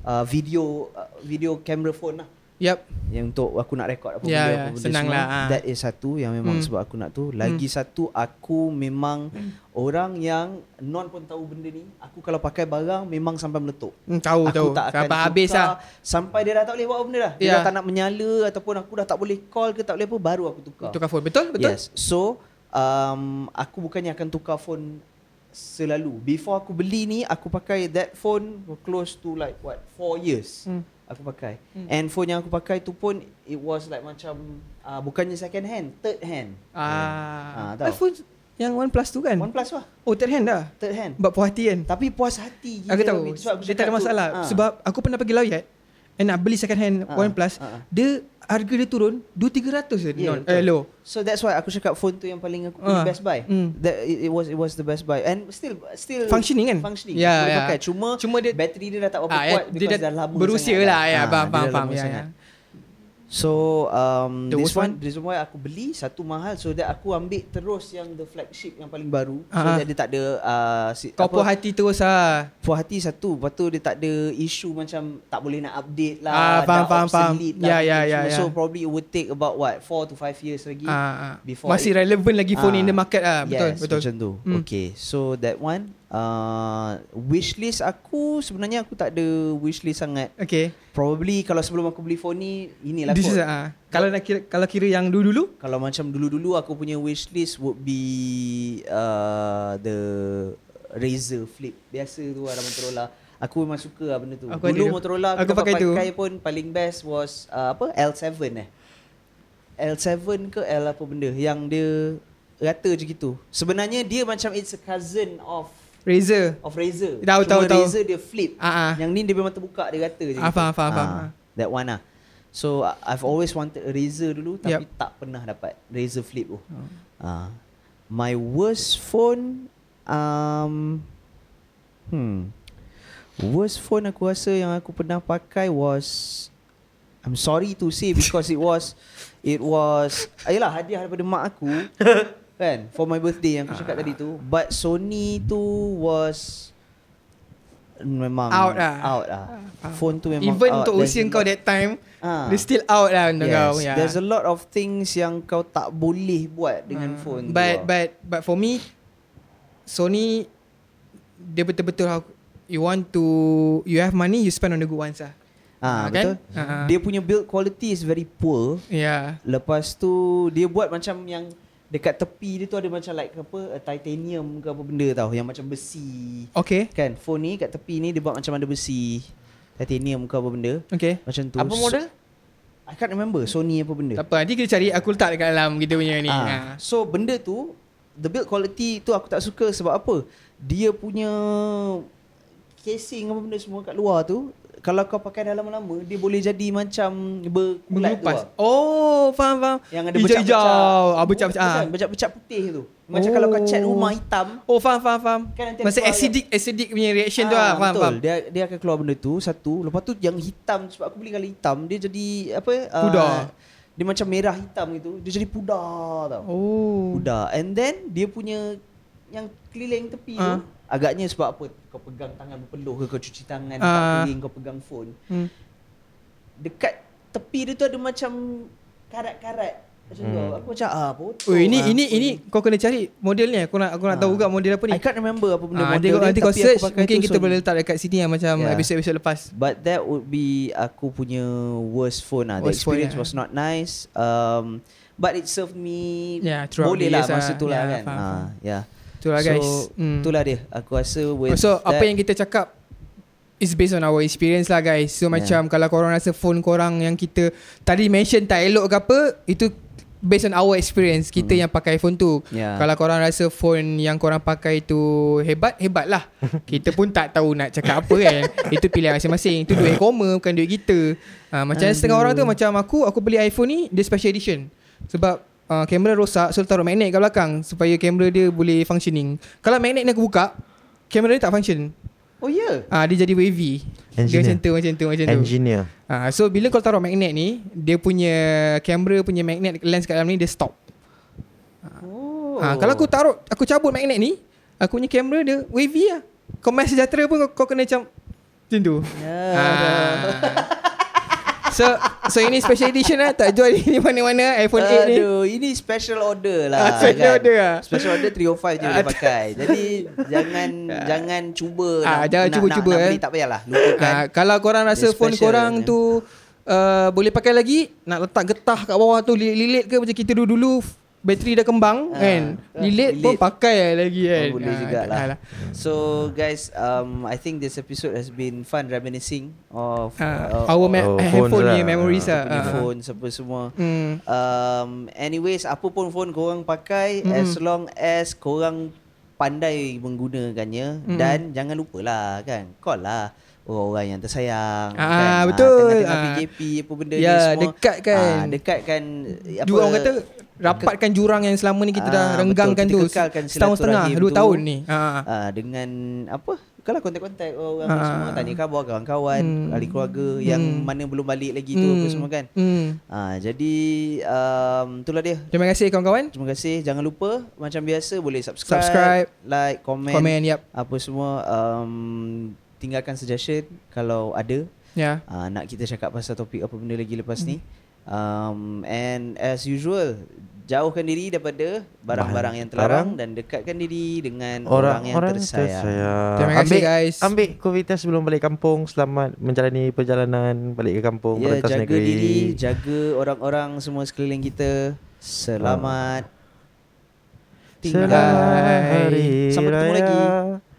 uh, video uh, video camera phone lah
Yup.
yang untuk aku nak rekod apa
Ya,
benda
ya,
apa benda
senang
semua.
lah, ah.
That is satu yang memang
Hmm.
sebab aku nak tu. Lagi satu aku memang orang yang non pun tahu benda ni. Aku kalau pakai barang memang sampai meletup.
Hmm, tahu,
aku
tahu.
tak akan
Sampai habis
tukar
lah.
Sampai dia dah tak boleh buat apa benda dah. Dia
Ya.
dah tak nak menyala ataupun aku dah tak boleh call ke tak boleh apa baru aku tukar.
Tukar phone. Betul? Betul?
Yes. So um, aku bukannya akan tukar phone selalu. Before aku beli ni aku pakai that phone for close to like what 4 years.
Hmm.
Hmm. Aku pakai. Hmm. And phone yang aku pakai tu pun it was like macam uh, bukannya second hand, third hand. Ah,
Ah,
tahu.
iPhone yang OnePlus tu kan?
OnePlus lah,
Oh, third hand dah.
third hand.
Buat puas hati kan?
Tapi puas hati
Aku
gila
tahu.
babi. Sebab aku
Dia
cakap
tak ada
tu,
masalah.
ah.
Sebab aku pernah pergi Lawyat and nak beli second hand
Ah,
OnePlus.
ah, ah.
Dia harga dia turun 2-300 je.
Yeah,
non,
betul.
eh, low.
So that's why aku cakap phone tu yang paling aku punya
Ah.
best buy.
Mm.
That it, it was it was the best buy and still still
Functioning kan?
Functioning.
Ya,
boleh
ya.
pakai. Cuma,
Cuma dia-
bateri dia dah tak berapa
Ah, ya,
Oh, kuat
dia
because
dah
dah lama
berusia
sangat
lah. Ya,
Ah,
faham,
dia
faham,
dah
faham.
lama
Ya,
sangat.
ya.
So um,
The
this
worst
one, this one aku beli satu mahal so that aku ambil terus yang the flagship yang paling baru. So
Ah.
that dia tak ada uh, si,
Kau puas hati terus lah
puas hati satu, lepas tu dia tak ada isu macam tak boleh nak update lah,
Ah,
dah
faham, faham, faham.
obsolete dah.
Ya, ya,
macam
ya,
semua.
ya.
So probably it would take about what 4 to 5 years lagi.
Ah, ah.
before
Masih
it-
relevan lagi phone
Ah.
in the market lah Betul
yes,
betul.
Macam tu.
Hmm.
Mm. Okay, so that one uh, wish list aku sebenarnya aku tak ada wish list sangat.
Okay
Probably kalau sebelum aku beli lah phone ni inilah
This
kot.
is ah. Kalau nak kira, kalau kira yang dulu-dulu
kalau macam dulu-dulu aku punya wish list would be uh, the Razer Flip biasa tu ada Motorola. Aku memang suka lah benda tu.
Aku ada
Dulu
tu.
Motorola aku,
Aku
dapat
pakai tu.
pakai, pun paling best was uh, apa L7 eh. L7 ke L apa benda yang dia rata je gitu. Sebenarnya dia macam it's a cousin of
Razer
of Razer.
Tahu,
Cuma
tahu, tahu.
Razer dia flip.
Ah, ah.
Yang ni dia memang terbuka dia rata je.
Ah, faham, faham, faham.
Ah, That one lah. So I- I've always wanted a Razer dulu tapi yep. tak pernah dapat Razer flip tu. Oh. Ah. My worst phone um hmm worst phone aku rasa yang aku pernah pakai was I'm sorry to say because it was it was ayalah hadiah daripada mak aku kan for my birthday yang aku cakap tadi tu but Sony tu was memang
Out lah.
out lah phone tu memang
Even
out.
untuk
There's
usia
a
kau
lot-
that time
Ah.
Dia still out lah untuk
yes.
kau yeah.
there's a lot of things yang kau tak boleh buat dengan
Ah.
phone tu lah.
But but but for me Sony Dia betul-betul how, You want to You have money You spend on the good ones lah
ah
Ah, kan?
betul
Ah.
dia punya build quality is very poor
Yeah
Lepas tu dia buat macam yang dekat tepi dia tu ada macam like apa uh, titanium ke apa benda tau yang macam besi.
Okay
Kan phone ni kat tepi ni dia buat macam ada besi titanium ke apa benda.
Okay
Macam tu.
Apa model?
So, I can't remember Sony apa benda.
Tak apa Nanti kita cari Aku letak dekat dalam Kita punya ni
ya.
Ah,
ah.
So benda tu the build quality tu aku tak suka sebab apa? Dia punya casing apa benda semua kat luar tu kalau kau pakai dah lama-lama dia boleh jadi macam berkulat tu.
Mengelupas
lah.
Oh faham faham
Yang ada
Hijau-hijau ah, Bercak-bercak ah.
Bukan, kan? Bercak-bercak putih tu Macam oh. kalau kau cat rumah hitam
Oh faham faham faham
Kan nanti
Masa
keluar
acidic Acidic punya reaction tu
Ah,
lah Faham
betul.
faham
Dia, dia akan keluar benda tu Satu Lepas tu yang hitam Sebab aku beli kali hitam Dia jadi Apa ah,
Pudar.
Dia macam merah hitam gitu Dia jadi pudar tau
Oh
Pudar And then Dia punya Yang keliling tepi
Ah.
tu Agaknya sebab apa Kau pegang tangan berpeluh ke Kau cuci tangan
Ah.
Tak kering kau pegang phone
hmm.
Dekat tepi dia tu ada macam Karat-karat Macam tu Aku macam ah bodoh
Oh Hmm. ini
lah
ini
phone
ini kau kena cari model ni. Aku nak aku nak
Ah.
tahu juga model apa ni.
I can't remember apa benda
Ah,
model
nanti kau,
dia,
nanti kau
tapi aku
search
pakai
mungkin
tu Ya.
kita
Sony.
boleh letak dekat sini yang macam
Yeah.
yeah. episode-episode lepas.
But that would be aku punya worst phone lah. The
Worst phone,
experience
yeah.
was not nice. Um, but it served me
Yeah, throughout
boleh
the
lah
years
masa
lah.
tu lah
Yeah,
kan.
faham,
Ha,
faham.
yeah.
Itulah
so,
guys. Mm.
Itulah dia. Aku rasa with
so
that,
apa yang kita cakap is based on our experience lah guys. So
Yeah.
yeah. macam kalau korang rasa phone korang yang kita tadi mention tak elok ke apa, itu based on our experience kita mm.
Hmm.
yang pakai phone tu.
Yeah.
Kalau korang rasa phone yang korang pakai tu hebat, hebat lah. kita pun tak tahu nak cakap apa kan. itu pilihan masing-masing. Itu duit koma bukan duit kita. Ha, macam Aduh. setengah orang tu macam aku, aku beli iPhone ni dia special edition. Sebab uh, kamera rosak so taruh magnet kat belakang supaya kamera dia boleh functioning. Kalau magnet ni aku buka, kamera dia tak function.
Oh ya.
Ah dia jadi wavy. Dia
Engineer.
macam tu macam tu macam tu.
Engineer
Ah so bila kau taruh magnet ni, dia punya kamera punya magnet lens kat dalam ni dia stop.
Yeah. Oh.
Ah kalau aku taruh aku cabut magnet ni, aku punya kamera dia wavy lah. Kau main sejahtera pun kau, kau kena macam macam tu.
Yeah.
Ah. So so ini special edition lah tak jual di mana-mana iPhone 8 ni.
Aduh, ini special order lah.
Ah, special order lah.
Special order 305 je boleh
Ah,
pakai. Jadi jangan jangan cuba
Ah, jangan
nak,
cuba-cuba,
nak, nak
eh.
beli tak payahlah. Lupakan.
Ah, kalau korang rasa
Dia
phone
special
korang
kan.
tu uh, boleh pakai lagi, nak letak getah kat bawah tu lilit-lilit ke macam kita dulu-dulu f- bateri dah kembang
Ah,
kan.
ah,
Lilit pun
lilit.
pakai lah lagi kan.
Oh, boleh
Ah,
juga
tak
lah.
payahlah.
So guys, um, I think this episode has been fun reminiscing of
Ah, our ma-
Oh,
handphone
phones
punya
lah.
memories
kita
lah.
punya
Ah, ah.
Ha, phone apa semua.
Hmm.
Um, anyways, apa pun phone korang pakai
Mm-mm.
as long as korang pandai menggunakannya
Mm-mm.
dan jangan lupalah kan call lah orang-orang yang tersayang
Ah,
kan
betul.
tengah-tengah
Ah.
PKP apa benda
Ya,
ni semua
dekatkan.
Ah, dekatkan eh,
Dua orang kata rapatkan jurang yang selama ni kita
Ah,
dah renggangkan
betul. Kita
tu.
kekalkan
Setahun setengah,
silaturahim
dua
tu.
tahun ni. Ha.
uh, Ah, dengan apa kalau kontak-kontak orang
Ah.
uh. semua tanya khabar kawan-kawan,
Hmm.
ahli keluarga yang
Hmm.
mana belum balik lagi tu apa semua kan.
Hmm.
Ah jadi um, itulah dia.
Terima kasih kawan-kawan.
Terima kasih. Jangan lupa macam biasa boleh subscribe,
Subscribe.
like, komen,
Comment, yap.
apa semua um, tinggalkan suggestion kalau ada
Ya.
uh, nak kita cakap pasal topik apa benda lagi lepas ni. Um, and as usual, jauhkan diri daripada barang-barang yang
terlarang.
terlarang dan dekatkan diri dengan orang, yang tersayang.
Terima kasih,
ambil,
guys.
Ambil COVID test sebelum balik kampung. Selamat menjalani perjalanan balik ke kampung
Ya, jaga
perentas negeri.
diri, jaga orang-orang semua sekeliling kita. Selamat
Selamat hari
Sampai ketemu
raya.
lagi.